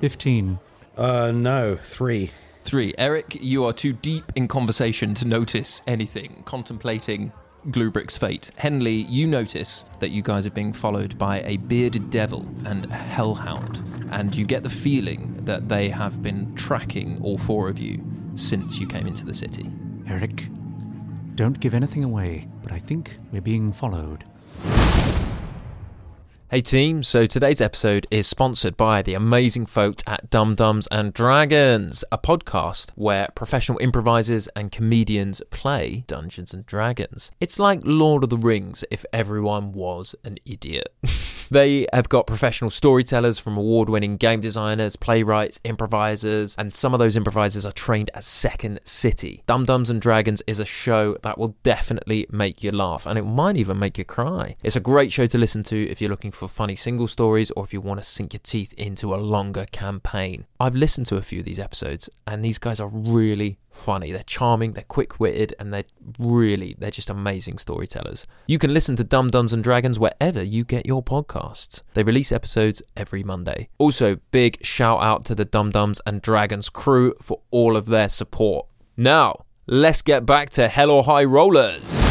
Speaker 5: 15.
Speaker 7: Uh, no, three.
Speaker 3: Three, Eric, you are too deep in conversation to notice anything, contemplating Glubrick's fate. Henley, you notice that you guys are being followed by a bearded devil and a hellhound, and you get the feeling that they have been tracking all four of you since you came into the city.
Speaker 5: Eric, don't give anything away, but I think we're being followed.
Speaker 10: Hey team, so today's episode is sponsored by the amazing folks at Dum Dums and Dragons, a podcast where professional improvisers and comedians play Dungeons and Dragons. It's like Lord of the Rings if everyone was an idiot. they have got professional storytellers from award winning game designers, playwrights, improvisers, and some of those improvisers are trained at Second City. Dum Dums and Dragons is a show that will definitely make you laugh and it might even make you cry. It's a great show to listen to if you're looking for funny single stories or if you want to sink your teeth into a longer campaign. I've listened to a few of these episodes and these guys are really funny. They're charming, they're quick witted, and they're really, they're just amazing storytellers. You can listen to Dum Dums and Dragons wherever you get your podcasts. They release episodes every Monday. Also, big shout out to the Dum Dums and Dragons crew for all of their support. Now, let's get back to Hell or High Rollers.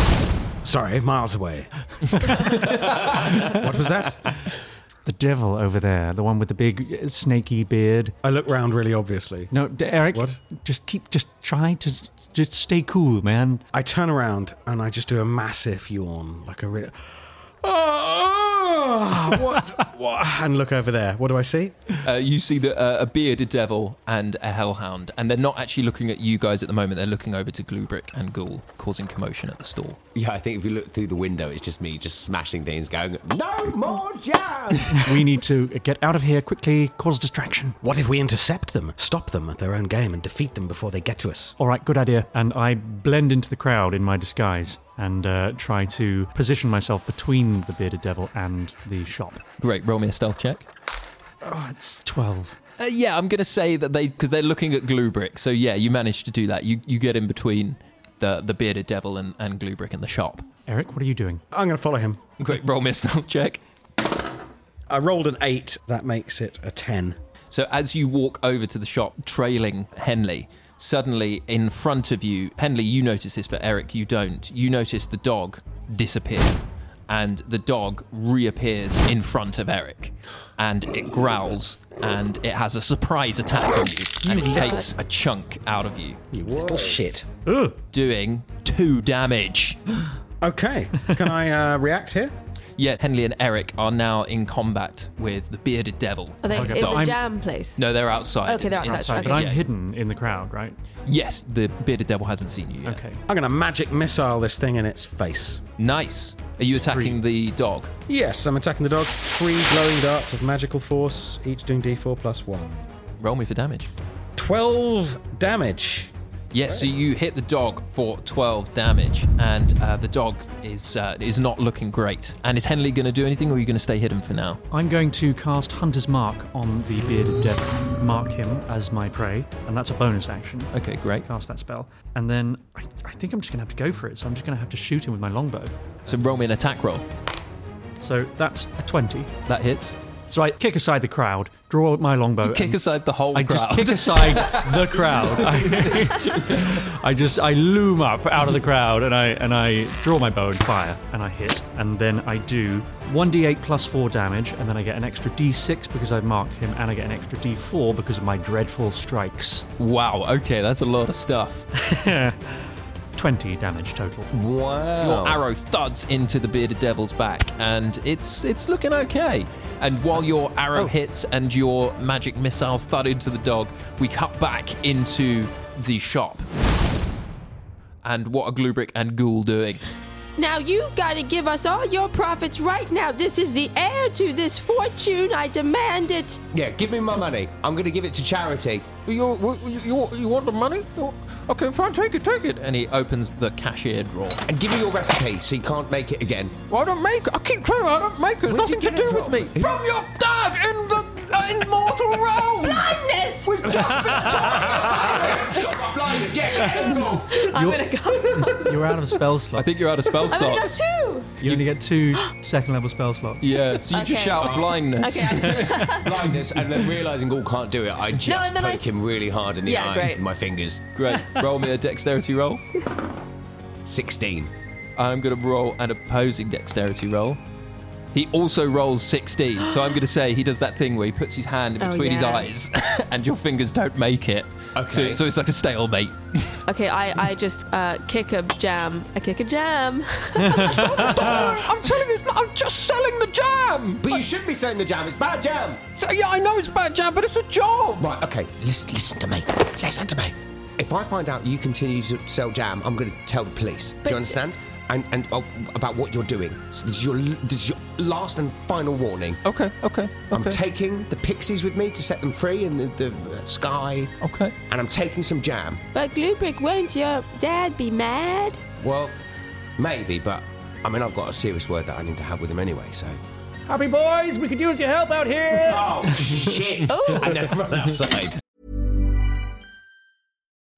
Speaker 7: Sorry, miles away. what was that?
Speaker 5: The devil over there, the one with the big uh, snaky beard.
Speaker 7: I look round really obviously.
Speaker 5: No, D- Eric,
Speaker 7: What?
Speaker 5: just keep, just try to s- just stay cool, man.
Speaker 7: I turn around and I just do a massive yawn, like a real.
Speaker 9: Ah,
Speaker 7: what? what? And look over there. What do I see?
Speaker 3: Uh, you see the, uh, a bearded devil and a hellhound, and they're not actually looking at you guys at the moment. They're looking over to Glubrick and Ghoul, causing commotion at the store.
Speaker 11: Yeah, I think if you look through the window, it's just me just smashing things, going, no more jam!
Speaker 5: we need to get out of here quickly, cause distraction.
Speaker 7: What if we intercept them, stop them at their own game, and defeat them before they get to us?
Speaker 5: All right, good idea. And I blend into the crowd in my disguise and uh, try to position myself between the bearded devil and the shop.
Speaker 3: Great, roll me a stealth check.
Speaker 5: Oh, it's 12.
Speaker 3: Uh, yeah, I'm going to say that they because they're looking at Glubrick. So yeah, you managed to do that. You you get in between the the bearded devil and and Glubrick in the shop.
Speaker 5: Eric, what are you doing?
Speaker 7: I'm going to follow him.
Speaker 3: Great, roll me a stealth check.
Speaker 7: I rolled an eight. That makes it a ten.
Speaker 3: So as you walk over to the shop, trailing Henley, suddenly in front of you, Henley, you notice this, but Eric, you don't. You notice the dog disappear, and the dog reappears in front of Eric, and it growls, and it has a surprise attack on you, and it
Speaker 7: Yeah.
Speaker 3: takes a chunk out of you.
Speaker 7: You little shit.
Speaker 3: Doing two damage.
Speaker 7: Okay. Can I uh, react here?
Speaker 3: Yeah, Henley and Eric are now in combat with the bearded devil.
Speaker 8: Are they in
Speaker 3: Dog.
Speaker 8: the jam place?
Speaker 3: No, they're outside.
Speaker 8: Okay, they're outside.
Speaker 5: But I'm
Speaker 3: yeah.
Speaker 5: hidden in the crowd, right?
Speaker 3: Yes, the bearded devil hasn't seen you yet. Okay.
Speaker 7: I'm going to magic missile this thing in its face.
Speaker 3: Nice. Are you attacking the dog?
Speaker 7: Yes, I'm attacking the dog. Three glowing darts of magical force, each doing d4 plus one.
Speaker 3: Roll me for damage.
Speaker 7: 12 damage.
Speaker 3: Yes, so you hit the dog for 12 damage, and uh, the dog is uh, is not looking great. And is Henley going to do anything, or are you going to stay hidden for now?
Speaker 5: I'm going to cast Hunter's Mark on the bearded devil, mark him as my prey, and that's a bonus action.
Speaker 3: Okay, great.
Speaker 5: Cast that spell. And then I, I think I'm just going to have to go for it, so I'm just going to have to shoot him with my longbow.
Speaker 3: So roll me an attack roll.
Speaker 5: So that's a 20.
Speaker 3: That hits.
Speaker 5: So I kick aside the crowd, draw my longbow.
Speaker 3: You kick
Speaker 5: and
Speaker 3: aside the whole
Speaker 5: I
Speaker 3: crowd.
Speaker 5: just kick aside the crowd. I, I just I loom up out of the crowd and I and I draw my bow and fire and I hit and then I do 1d8 plus 4 damage and then I get an extra d6 because I've marked him and I get an extra d4 because of my dreadful strikes.
Speaker 3: Wow, okay, that's a lot of stuff.
Speaker 5: 20 damage total.
Speaker 3: Wow.
Speaker 11: Oh.
Speaker 3: Your arrow thuds into the bearded devil's back, and it's it's looking okay. And while your
Speaker 11: Oh.
Speaker 3: arrow hits and your magic missiles thud into the dog, we cut back into the shop. And what are Glubrick and Ghoul doing?
Speaker 8: Now you gotta give us all your profits right now. This is the heir to this fortune. I demand it.
Speaker 11: Yeah, give me my money. I'm going to give it to charity.
Speaker 10: You, you, you, you want the money? Okay, fine, take it, take it.
Speaker 3: And he opens the cashier drawer.
Speaker 11: And give me your recipe so you can't make it again.
Speaker 10: I don't make it. I keep trying. I don't make it. It's nothing to do with me. From your dad in the
Speaker 4: in mortal role.
Speaker 6: Blindness.
Speaker 4: We've got blindness. Yeah,
Speaker 6: I'm gonna go.
Speaker 5: You're out of spell slots.
Speaker 3: I think you're out of spell
Speaker 6: I'm gonna
Speaker 3: slots.
Speaker 6: two.
Speaker 5: You only get two second level spell slots.
Speaker 3: Yeah, so you just
Speaker 6: Okay.
Speaker 3: shout blindness.
Speaker 6: Okay. I just-
Speaker 4: blindness, and then realizing all can't do it, I just
Speaker 6: and then I-
Speaker 4: poke him really hard in the
Speaker 6: Yeah,
Speaker 4: eyes
Speaker 6: great.
Speaker 4: with my fingers.
Speaker 3: Great. Roll me a dexterity roll.
Speaker 4: 16.
Speaker 3: I'm going to roll an opposing dexterity roll. He also rolls 16, so I'm going to say he does that thing where he puts his hand in
Speaker 6: Oh,
Speaker 3: between
Speaker 6: yeah.
Speaker 3: his eyes and your fingers don't make it.
Speaker 4: Okay.
Speaker 3: So, so it's like a stalemate.
Speaker 6: okay, I I just uh, kick a jam. I kick a jam.
Speaker 4: I'm telling you, I'm just selling the jam. But you should be selling the jam. It's bad jam. So, yeah, I know it's bad jam, but it's a job. Right. Okay. Listen, listen to me. Listen to me. If I find out you continue to sell jam, I'm going to tell the police. do you understand? And and oh, about what you're doing. So this is your this is your last and final warning.
Speaker 3: Okay, okay,
Speaker 4: I'm taking the pixies with me to set them free in the, the uh, sky.
Speaker 3: Okay.
Speaker 4: And I'm taking some jam.
Speaker 6: But Glubrick, won't your dad be mad?
Speaker 4: Well, maybe, but I mean, I've got a serious word that I need to have with him anyway. So.
Speaker 12: Happy boys, we could use your help out here.
Speaker 4: Oh shit!
Speaker 3: Oh.
Speaker 4: I never run outside.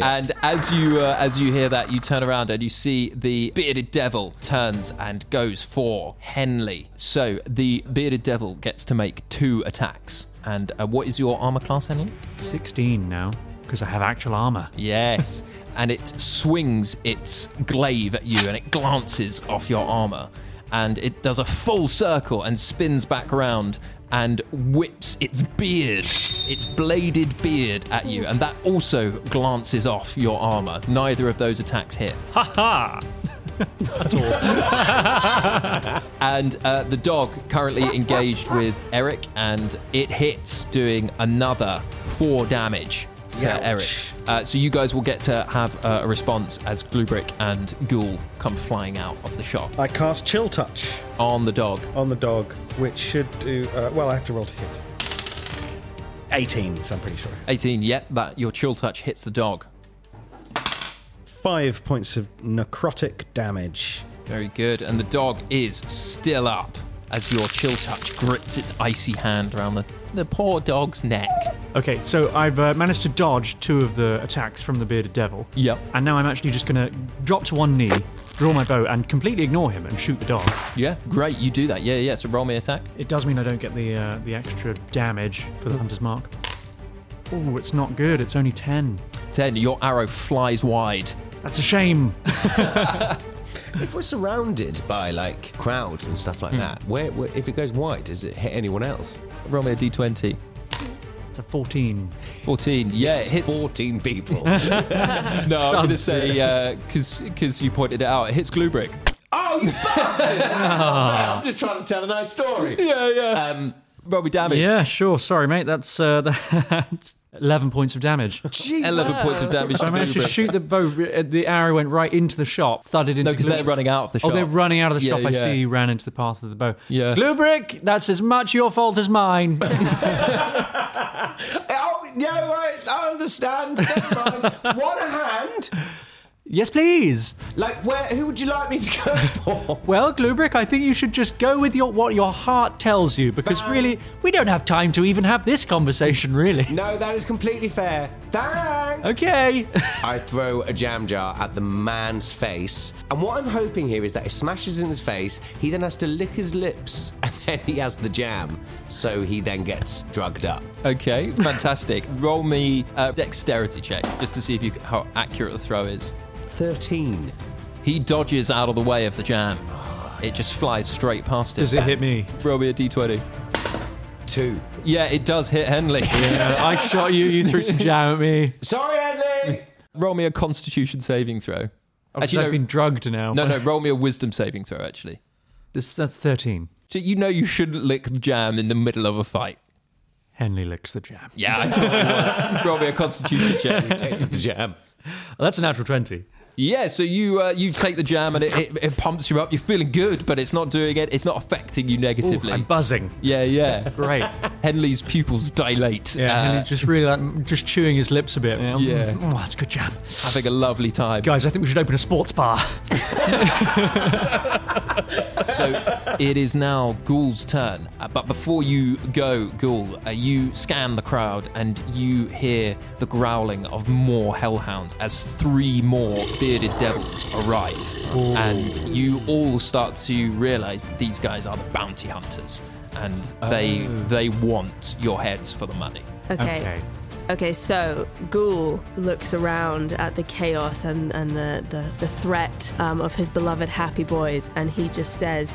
Speaker 3: And as you uh, as you hear that, you turn around and you see the bearded devil turns and goes for Henley. So the bearded devil gets to make two attacks. And uh, what is your armor class, Henley?
Speaker 5: 16 now because I have actual armor.
Speaker 3: Yes. and it swings its glaive at you and it glances off your armor. And it does a full circle and spins back round and whips its beard, its bladed beard at you. And that also glances off your armor. Neither of those attacks hit.
Speaker 5: Ha ha!
Speaker 3: And uh, the dog currently engaged with Eric, and it hits, doing another four damage to
Speaker 4: Ouch.
Speaker 3: Eric. Uh, so you guys will get to have uh, a response as Glubrick and Ghoul come flying out of the shop
Speaker 7: I cast Chill Touch
Speaker 3: on the dog.
Speaker 7: on the dog, which should do. Uh, well, I have to roll to hit. 18, so I'm pretty sure.
Speaker 3: 18. Yep, that your chill touch hits the dog.
Speaker 7: Five points of necrotic damage.
Speaker 3: Very good. And the dog is still up as your chill touch grips its icy hand around the, the poor dog's neck.
Speaker 5: Okay, so I've uh, managed to dodge two of the attacks from the bearded devil.
Speaker 3: Yep.
Speaker 5: And now I'm actually just going to drop to one knee, draw my bow, and completely ignore him and shoot the dog.
Speaker 3: Yeah, great. You do that. Yeah, yeah. So roll me attack.
Speaker 5: It does mean I don't get the uh, the extra damage for the hunter's mark. Oh, it's not good. It's only ten.
Speaker 3: 10. Your arrow flies wide.
Speaker 5: That's a shame.
Speaker 4: If we're surrounded by like crowds and stuff like
Speaker 3: Hmm.
Speaker 4: that, where, where if it goes wide, does it hit anyone else?
Speaker 3: Roll me a d20.
Speaker 5: It's a fourteen.
Speaker 3: 14. Yeah,
Speaker 4: It's
Speaker 3: it hits.
Speaker 4: 14 people.
Speaker 3: No, I'm going to say, because because you pointed it out, it hits Glubrick.
Speaker 4: oh, you bastard! I'm just trying to tell a nice story.
Speaker 3: Oh. Yeah, yeah. Um, roll me damage.
Speaker 5: Yeah, sure. Sorry, mate. That's uh, that's eleven points of damage.
Speaker 3: 11 points of damage
Speaker 5: So I
Speaker 3: to
Speaker 5: managed to
Speaker 3: Glubrick.
Speaker 5: shoot the bow. uh, The arrow went right into the shop, thudded into.
Speaker 3: No, 'cause they're running out of the
Speaker 5: Oh, they're
Speaker 3: shop.
Speaker 5: running out of the
Speaker 3: Yeah,
Speaker 5: shop. I
Speaker 3: yeah.
Speaker 5: see. You ran into the path of the bow.
Speaker 3: Yeah.
Speaker 5: Glubrick, that's as much your fault as mine.
Speaker 4: Oh, yeah, right. I understand. Never mind. What a hand!
Speaker 5: yes, please.
Speaker 4: Like, where? Who would you like me to go for?
Speaker 5: Well, Glubrick, I think you should just go with your what your heart tells you, because really, we don't have time to even have this conversation, really.
Speaker 4: No, that is completely fair. Thanks.
Speaker 5: Okay.
Speaker 4: I throw a jam jar at the man's face, and what I'm hoping here is that it smashes in his face. He then has to lick his lips, and then he has the jam, so he then gets drugged up.
Speaker 3: Okay, fantastic. Roll me a dexterity check just to see if you how accurate the throw is.
Speaker 4: 13.
Speaker 3: He dodges out of the way of the jam. It just flies straight past him.
Speaker 5: Does it hit me?
Speaker 3: Roll me a d20.
Speaker 4: Two.
Speaker 3: Yeah, it does hit Henley.
Speaker 5: Yeah, I shot you, you threw some jam at me.
Speaker 4: Sorry, Henley!
Speaker 3: Roll me a constitution saving throw.
Speaker 5: I've been drugged now.
Speaker 3: No, no, roll me a wisdom saving throw, actually.
Speaker 5: This, that's 13.
Speaker 3: So you know you shouldn't lick jam in the middle of a fight.
Speaker 5: Henley licks the jam.
Speaker 3: Yeah, I thought it was. roll me a constitution check.
Speaker 4: the jam.
Speaker 5: that's a natural 20.
Speaker 3: Yeah, so you uh, you take the jam and it, it, it pumps you up. You're feeling good, but it's not doing it. It's not affecting you negatively.
Speaker 5: Ooh, I'm buzzing.
Speaker 3: Yeah, yeah.
Speaker 5: Great.
Speaker 3: Henley's pupils dilate.
Speaker 5: Yeah,
Speaker 3: uh,
Speaker 5: Henley just really like just chewing his lips a bit. you know.
Speaker 3: Yeah.
Speaker 5: Mm, oh, that's good jam.
Speaker 3: having a lovely time.
Speaker 5: Guys, I think we should open a sports bar.
Speaker 3: So it is now Ghoul's turn. Uh, but before you go, Ghoul, uh, you scan the crowd and you hear the growling of more hellhounds as three more bearded devils arrive. And you all start to realize that these guys are the bounty hunters and they
Speaker 6: Oh.
Speaker 3: they want your heads for the money.
Speaker 6: Okay. okay. so Ghoul looks around at the chaos and, and the, the, the threat um, of his beloved Happy Boys, and he just says,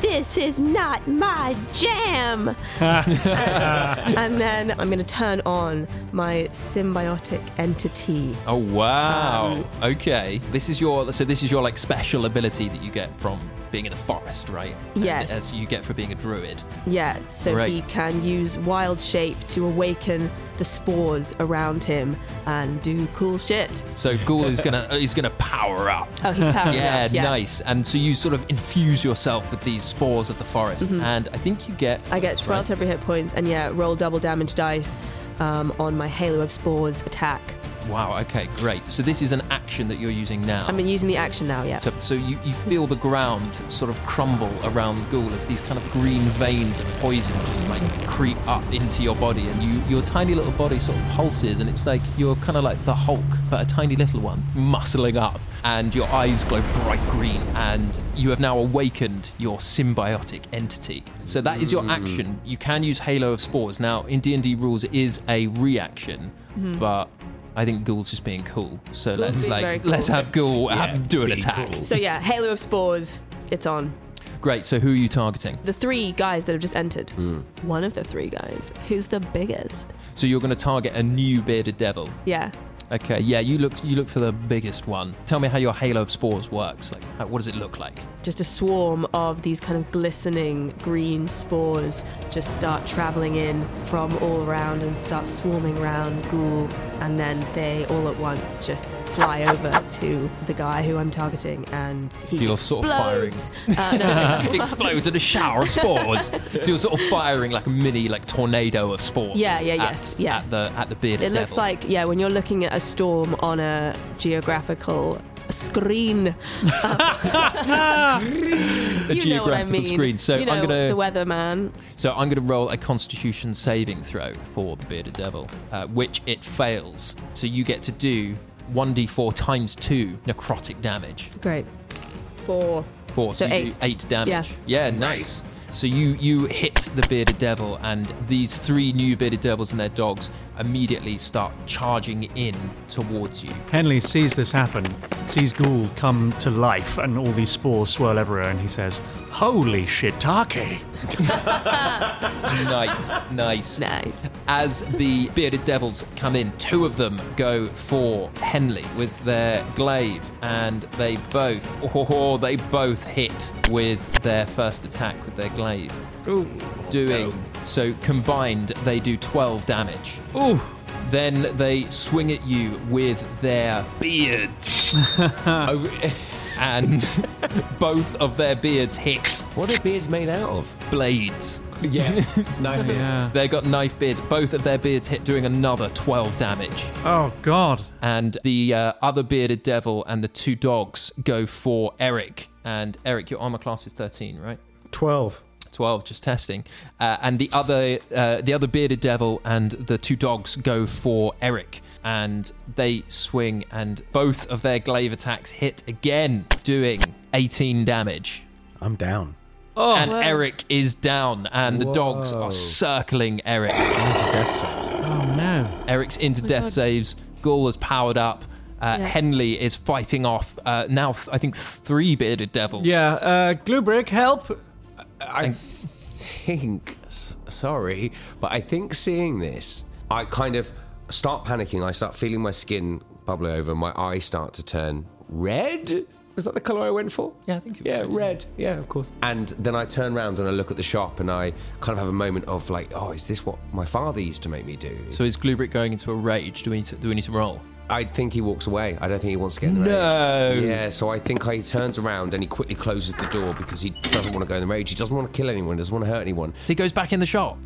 Speaker 8: This is not my jam.
Speaker 6: and then I'm going to turn on my symbiotic entity.
Speaker 3: Oh wow.
Speaker 6: Um,
Speaker 3: okay. This is your so this is your like special ability that you get from being in the forest, right? And
Speaker 6: Yes.
Speaker 3: As you get for being a druid.
Speaker 6: Yeah, so
Speaker 3: Right.
Speaker 6: he can use wild shape to awaken the spores around him and do cool shit.
Speaker 3: So Ghoul is gonna is gonna power up.
Speaker 6: Oh, he's powering
Speaker 3: yeah,
Speaker 6: up, yeah.
Speaker 3: nice. And so you sort of infuse yourself with these spores of the forest,
Speaker 6: Mhm.
Speaker 3: and I think you get.
Speaker 6: I get 12 temporary hit points, and yeah, roll double damage dice um, on my Halo of Spores attack.
Speaker 3: Wow. Okay, great. So this is an action that you're using now.
Speaker 6: I've been using the action now, yeah.
Speaker 3: So, so you, you feel the ground sort of crumble around Ghoul as these kind of green veins of poison just like creep up into your body, and you your tiny little body sort of pulses, and it's like you're kind of like the Hulk, but a tiny little one, muscling up, and your eyes glow bright green, and you have now awakened your symbiotic entity. So that is your
Speaker 10: Mm.
Speaker 3: action. You can use Halo of Spores. Now in D and D rules, it is a reaction,
Speaker 10: Mhm.
Speaker 3: but I think Ghoul's just being cool. So
Speaker 6: Hmm. Ghoul's
Speaker 3: let's
Speaker 6: being very
Speaker 3: like
Speaker 6: cool.
Speaker 3: let's have Ghoul
Speaker 6: Yeah,
Speaker 3: have- do an attack.
Speaker 6: So yeah, Halo of Spores, it's on.
Speaker 3: Great. So who are you targeting?
Speaker 6: The three guys that have just entered.
Speaker 3: Mm.
Speaker 6: One of the three guys. Who's the biggest?
Speaker 3: So you're going to target a new bearded devil.
Speaker 6: Yeah.
Speaker 3: Okay. Yeah. You look. You look for the biggest one. Tell me how your halo of spores works. Like, how, what does it look like?
Speaker 6: Just a swarm of these kind of glistening green spores just start traveling in from all around and start swarming around Ghoul, and then they all at once just fly over to the guy who I'm targeting, and he
Speaker 3: you're sort of firing.
Speaker 6: explodes. Uh, no, no, no.
Speaker 3: explodes in a shower of spores. so you're sort of firing like a mini like tornado of spores.
Speaker 6: Yeah, yeah,
Speaker 3: at-
Speaker 6: yes, yes.
Speaker 3: At the at the bearded
Speaker 6: It looks
Speaker 3: devil.
Speaker 6: like, yeah, when you're looking at a storm on a geographical screen.
Speaker 3: a
Speaker 6: you know what I
Speaker 3: geographical
Speaker 6: mean.
Speaker 3: screen. So
Speaker 6: you know,
Speaker 3: I'm gonna
Speaker 6: the weatherman.
Speaker 3: So I'm going to roll a Constitution saving throw for the Bearded Devil, uh, which it fails. So you get to do 1d4 times 2 necrotic damage.
Speaker 6: Great. Four.
Speaker 3: Four, so,
Speaker 6: So
Speaker 3: you do
Speaker 6: eight.
Speaker 3: eight damage.
Speaker 6: Yeah.
Speaker 3: nice. So you you hit the bearded devil, and these three new bearded devils and their dogs immediately start charging in towards you.
Speaker 5: Henley sees this happen, sees Ghoul come to life, and all these spores swirl everywhere, and he says, Holy shiitake!
Speaker 3: nice, nice,
Speaker 6: nice.
Speaker 3: As the bearded devils come in, two of them go for Henley with their glaive, and they both, oh, they both hit with their first attack with their glaive. Doing so combined, they do 12 damage. Ooh. Then they swing at you with their beards. Over- and both of their beards hit.
Speaker 4: What are beards made out of?
Speaker 3: Blades.
Speaker 4: Yeah, knife beard. Yeah.
Speaker 3: They got knife beards. Both of their beards hit, doing another 12 damage.
Speaker 5: Oh, God.
Speaker 3: And the uh, other bearded devil and the two dogs go for Eric. And Eric, your armor class is 13, right?
Speaker 13: 12.
Speaker 3: 12 just testing uh, and the other uh, the other bearded devil and the two dogs go for eric and they swing and both of their glaive attacks hit again doing 18 damage
Speaker 13: I'm down.
Speaker 5: Oh.
Speaker 3: and Eric is down, and the dogs are circling Eric.
Speaker 5: Oh no.
Speaker 3: Eric's
Speaker 5: Oh
Speaker 3: into
Speaker 5: my
Speaker 3: death
Speaker 5: God.
Speaker 3: saves. Gaul is powered up. Uh,
Speaker 5: Yeah.
Speaker 3: Henley is fighting off uh, now, th- I think, three bearded devils.
Speaker 6: Yeah, uh, Glubrick, help!
Speaker 4: I think, s- sorry, but I think seeing this, I kind of start panicking. I start feeling my skin bubble over. My eyes start to turn red. Was that the colour I went for?
Speaker 3: Yeah, I think you
Speaker 4: Yeah, red. Yeah, of course. And then I turn around and I look at the shop and I kind of have a moment of like, oh, is this what my father used to make me do?
Speaker 3: So is Glubrick going into a rage? Do we need to, do we need to roll?
Speaker 4: I think he walks away. I don't think he wants to get in the
Speaker 3: No.
Speaker 4: rage. Yeah, so I think he turns around and he quickly closes the door because he doesn't want to go in the rage. He doesn't want to kill anyone, doesn't want to hurt anyone.
Speaker 3: So he goes back in the shop.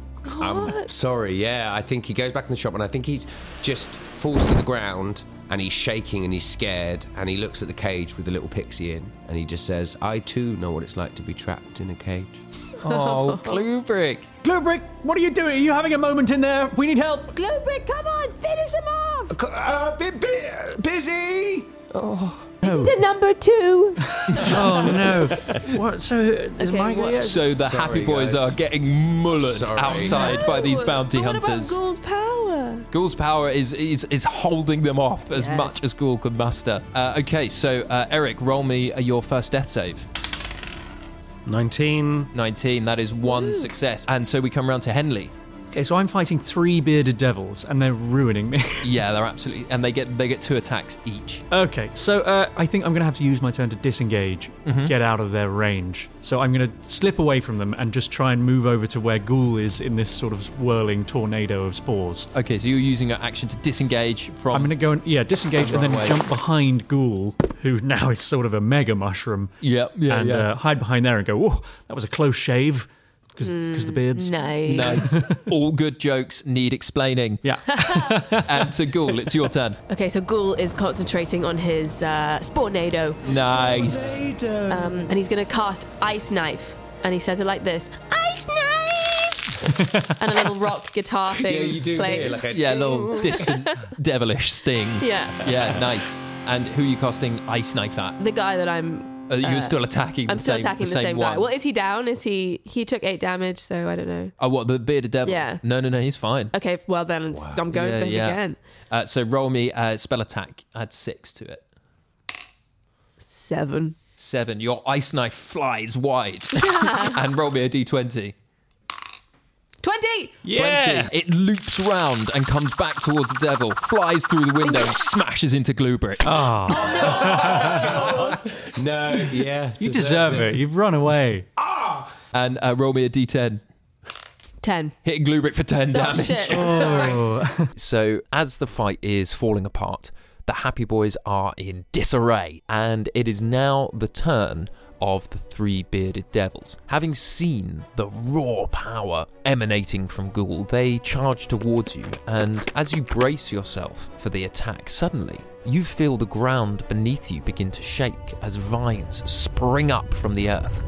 Speaker 4: I'm sorry, yeah. I think he goes back in the shop and I think he's just falls to the ground and he's shaking and he's scared and he looks at the cage with the little pixie in and he just says, I too know what it's like to be trapped in a cage.
Speaker 3: Oh, Glubrick.
Speaker 6: Glubrick,
Speaker 5: what are you doing? Are you having a moment in there? We need help.
Speaker 6: Glubrick, come on, finish him off!
Speaker 4: Uh, busy! Oh.
Speaker 8: The number two.
Speaker 5: oh no. What? So is
Speaker 8: Okay,
Speaker 5: my
Speaker 8: what-
Speaker 3: So the
Speaker 4: Sorry,
Speaker 3: happy boys
Speaker 4: guys.
Speaker 3: are getting mullered
Speaker 4: Sorry.
Speaker 3: outside by these bounty
Speaker 8: What about
Speaker 3: hunters.
Speaker 8: Ghoul's power?
Speaker 3: Ghoul's power is, is is holding them off as
Speaker 8: Yes.
Speaker 3: much as Ghoul could muster. Uh, okay, so uh, Eric, roll me uh, your first death save.
Speaker 7: 19.
Speaker 3: 19, that is one success. And so we come round to Henley.
Speaker 5: Okay, so I'm fighting three bearded devils and they're ruining me.
Speaker 3: Yeah, they're absolutely, and they get they get two attacks each.
Speaker 5: Okay, so uh, I think I'm going to have to use my turn to disengage,
Speaker 3: Mhm.
Speaker 5: get out of their range. So I'm going to slip away from them and just try and move over to where Ghoul is in this sort of whirling tornado of spores.
Speaker 3: Okay, so you're using your action to disengage from.
Speaker 5: I'm going to go and, yeah, disengage and
Speaker 3: Run
Speaker 5: then
Speaker 3: away.
Speaker 5: jump behind Ghoul, who now is sort of a mega mushroom.
Speaker 3: Yep, yeah,
Speaker 5: And
Speaker 3: yeah.
Speaker 5: Uh, hide behind there and go, whoa, that was a close shave because
Speaker 6: Mm,
Speaker 5: the beards.
Speaker 3: Nice. All good jokes need explaining.
Speaker 5: Yeah.
Speaker 3: and so Ghoul, it's your turn.
Speaker 6: Okay, so Ghoul is concentrating on his uh, Spornado.
Speaker 3: Nice.
Speaker 6: Um, and he's going to cast Ice Knife. And he says it like this Ice Knife! and a little rock guitar thing. plays.
Speaker 3: yeah, a little distant devilish sting.
Speaker 6: Yeah.
Speaker 3: Yeah, nice. And who are you casting ice knife at?
Speaker 6: The guy that I'm.
Speaker 3: Uh, you're still attacking
Speaker 6: I'm
Speaker 3: the
Speaker 6: still
Speaker 3: same-
Speaker 6: attacking
Speaker 3: the
Speaker 6: the,
Speaker 3: same
Speaker 6: same, guy.
Speaker 3: one.
Speaker 6: Well, is he down? Is he. He took eight damage, so I don't know.
Speaker 3: Oh, what the bearded devil?
Speaker 6: Yeah.
Speaker 3: No, no, no. He's fine.
Speaker 6: Okay, well then it's- I'm going
Speaker 3: Yeah,
Speaker 6: for him
Speaker 3: yeah.
Speaker 6: again.
Speaker 3: Uh, so roll me uh, spell attack. Add six to it.
Speaker 6: Seven.
Speaker 3: Seven. Your ice knife flies wide. and roll me a d20.
Speaker 6: 20!
Speaker 3: 20. It loops round and comes back towards the devil, flies through the
Speaker 5: Oh,
Speaker 3: window, and smashes into Oh, Glubrick.
Speaker 5: Ah.
Speaker 6: Oh,
Speaker 4: no, yeah.
Speaker 5: You deserve it. You've run away.
Speaker 3: And uh, roll me a d10.
Speaker 6: 10.
Speaker 3: Hitting Glubrick for 10
Speaker 6: Oh,
Speaker 3: damage.
Speaker 6: shit.
Speaker 5: Oh.
Speaker 10: so, as the fight is falling apart, the Happy Boys are in disarray, and it is now the turn of the three bearded devils. Having seen the raw power emanating from Ghoul, they charge towards you, and as you brace yourself for the attack, suddenly you feel the ground beneath you begin to shake as vines spring up from the earth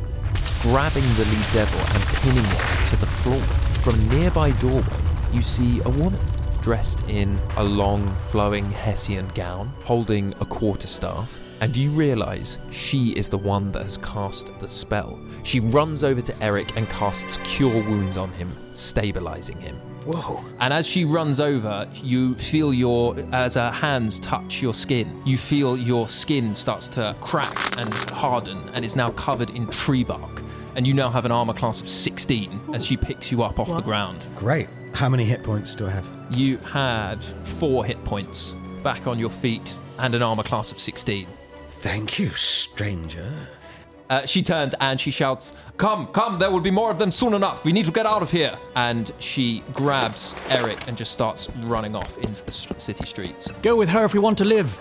Speaker 10: grabbing the lead devil and pinning it to the floor. From a nearby doorway, you see a woman dressed in a long, flowing Hessian gown, holding a quarterstaff, and you realize she is the one that has cast the spell. She runs over to Eric and casts Cure Wounds on him, stabilizing him.
Speaker 3: Whoa. And as she runs over, you feel your as her hands touch your skin. You feel your skin starts to crack and harden and is now covered in tree bark. And you now have an armor class of 16 as she picks you up off the
Speaker 13: What?
Speaker 3: ground.
Speaker 13: Great. How many hit points do I have?
Speaker 3: You had 4 hit points back on your feet and an armor class of 16.
Speaker 13: Thank you, stranger.
Speaker 3: Uh, she turns and she shouts, Come, come, there will be more of them soon enough. We need to get out of here. And she grabs Eric and just starts running off into the s- city streets.
Speaker 5: Go with her if we want to live.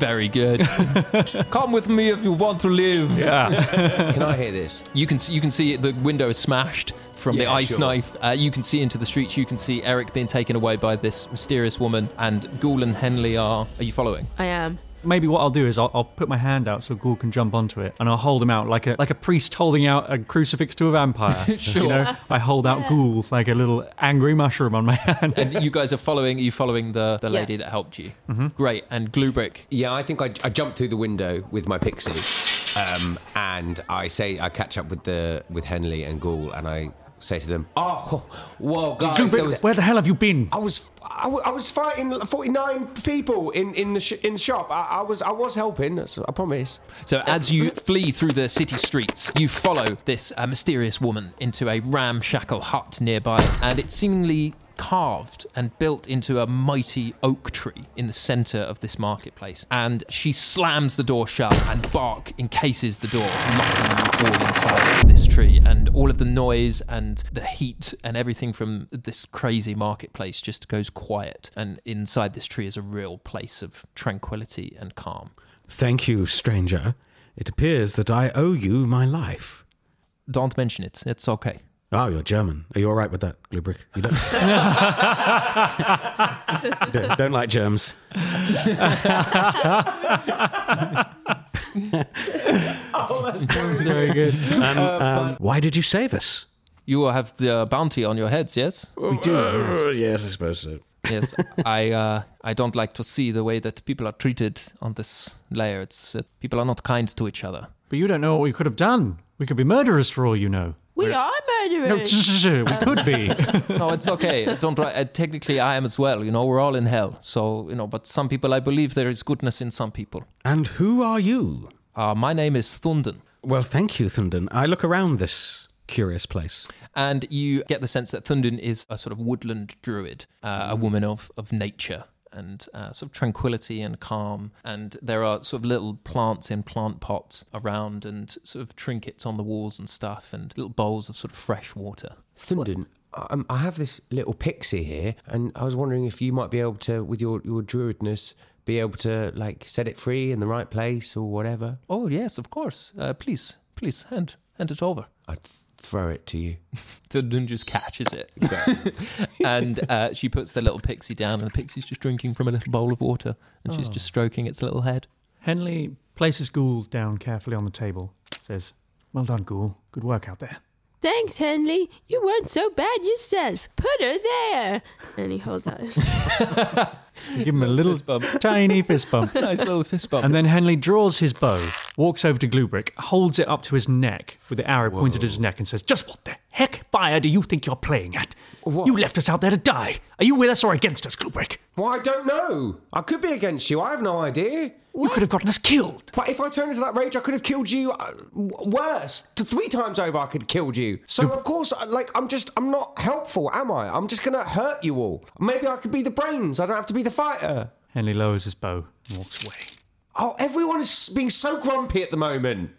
Speaker 3: Very good. Come with me if you want to live.
Speaker 5: Yeah.
Speaker 4: Can I hear this?
Speaker 3: You can see, you can see the window is smashed from the
Speaker 4: Yeah,
Speaker 3: ice
Speaker 4: sure.
Speaker 3: knife. Uh, you can see into the streets. You can see Eric being taken away by this mysterious woman, and Ghoul and Henley are. Are you following?
Speaker 6: I am.
Speaker 5: Maybe what I'll do is I'll, I'll put my hand out so Ghoul can jump onto it, and I'll hold him out like a like a priest holding out a crucifix to a vampire.
Speaker 3: Sure.
Speaker 5: You know, I hold out Ghoul like a little angry mushroom on my hand.
Speaker 3: and you guys are following. Are you following the the
Speaker 5: Yeah.
Speaker 3: lady that helped you? Great. And Glubrick.
Speaker 4: Yeah, I think I, I jumped through the window with my pixie Um, and I say I catch up with the with Henley and Gaul, and I say to them, "Oh, whoa, guys,
Speaker 5: Drew,
Speaker 4: there
Speaker 5: Barrymore,
Speaker 4: was-
Speaker 5: where the hell have you been?
Speaker 4: I was I, w- I was fighting forty nine people in in the sh- in the shop. I, I was I was helping. That's, I promise.
Speaker 3: So, as you flee through the city streets, you follow this uh, mysterious woman into a ramshackle hut nearby, and it's seemingly carved and built into a mighty oak tree in the center of this marketplace. And she slams the door shut, and Bark encases the door, locking you all inside this tree. And all of the noise and the heat and everything from this crazy marketplace just goes quiet. And inside this tree is a real place of tranquility and calm.
Speaker 7: Thank you, stranger. It appears that I owe you my life.
Speaker 3: Don't mention it. It's okay.
Speaker 7: Oh, you're German. Are you all right with that, Glubrick? You don't, don't, don't like germs.
Speaker 11: oh, that's
Speaker 3: Very good.
Speaker 7: Um, um, why did you save us?
Speaker 3: You have the uh, bounty on your heads, yes?
Speaker 7: We do, Uh,
Speaker 3: yes, I suppose so. Yes, I uh, I don't like to see the way that people are treated on this layer. It's uh, people are not kind to each other.
Speaker 5: But you don't know what we could have done. We could be murderers for all you know.
Speaker 8: We are
Speaker 5: No,
Speaker 8: murderers. Uh,
Speaker 5: we could be.
Speaker 3: no, it's okay. Don't. wor- Uh, technically, I am as well. You know, we're all in hell. So you know, but some people, I believe, there is goodness in some people.
Speaker 7: And who are you?
Speaker 3: Uh, my name is Thunden.
Speaker 7: Well, thank you, Thunden. I look around this curious place.
Speaker 3: and you get the sense that Thundin is a sort of woodland druid, uh, a woman of, of nature and uh, sort of tranquility and calm. And there are sort of little plants in plant pots around and sort of trinkets on the walls and stuff and little bowls of sort of fresh water.
Speaker 4: Thunden, um, I have this little pixie here, and I was wondering if you might be able to, with your your druidness, be able to like set it free in the right place or whatever.
Speaker 3: Oh, yes, of course. Uh, please, please, hand, hand it over.
Speaker 4: I'd throw it to you.
Speaker 3: Thunden just catches it. and uh, she puts the little pixie down, and the pixie's just drinking from a little bowl of water, and she's
Speaker 5: Oh.
Speaker 3: just stroking its little head.
Speaker 5: Henley places Ghoul down carefully on the table. Says, "Well done, Ghoul. Good work out there."
Speaker 8: Thanks, Henley. You weren't so bad yourself. Put her there. And he holds out.
Speaker 5: You give him a little tiny fist bump.
Speaker 3: nice little fist bump.
Speaker 5: And then Henley draws his bow, walks over to Glubrick, holds it up to his neck with the arrow pointed at his neck, and says, "Just what the heck fire do you think you're playing at? You left us out there to die. Are you with us or against us, Glubrick?
Speaker 4: Well, I don't know. I could be against you. I have no idea.
Speaker 5: You could have gotten us killed.
Speaker 4: But if I turned into that rage, I could have killed you uh, w- worse. T- Three times over, I could have killed you. So, of course, I- like, I'm just, I'm not helpful, am I? I'm just going to hurt you all. Maybe I could be the brains. I don't have to be the fighter.
Speaker 5: Henley lowers his bow and walks away.
Speaker 4: Oh, everyone is being so grumpy at the moment.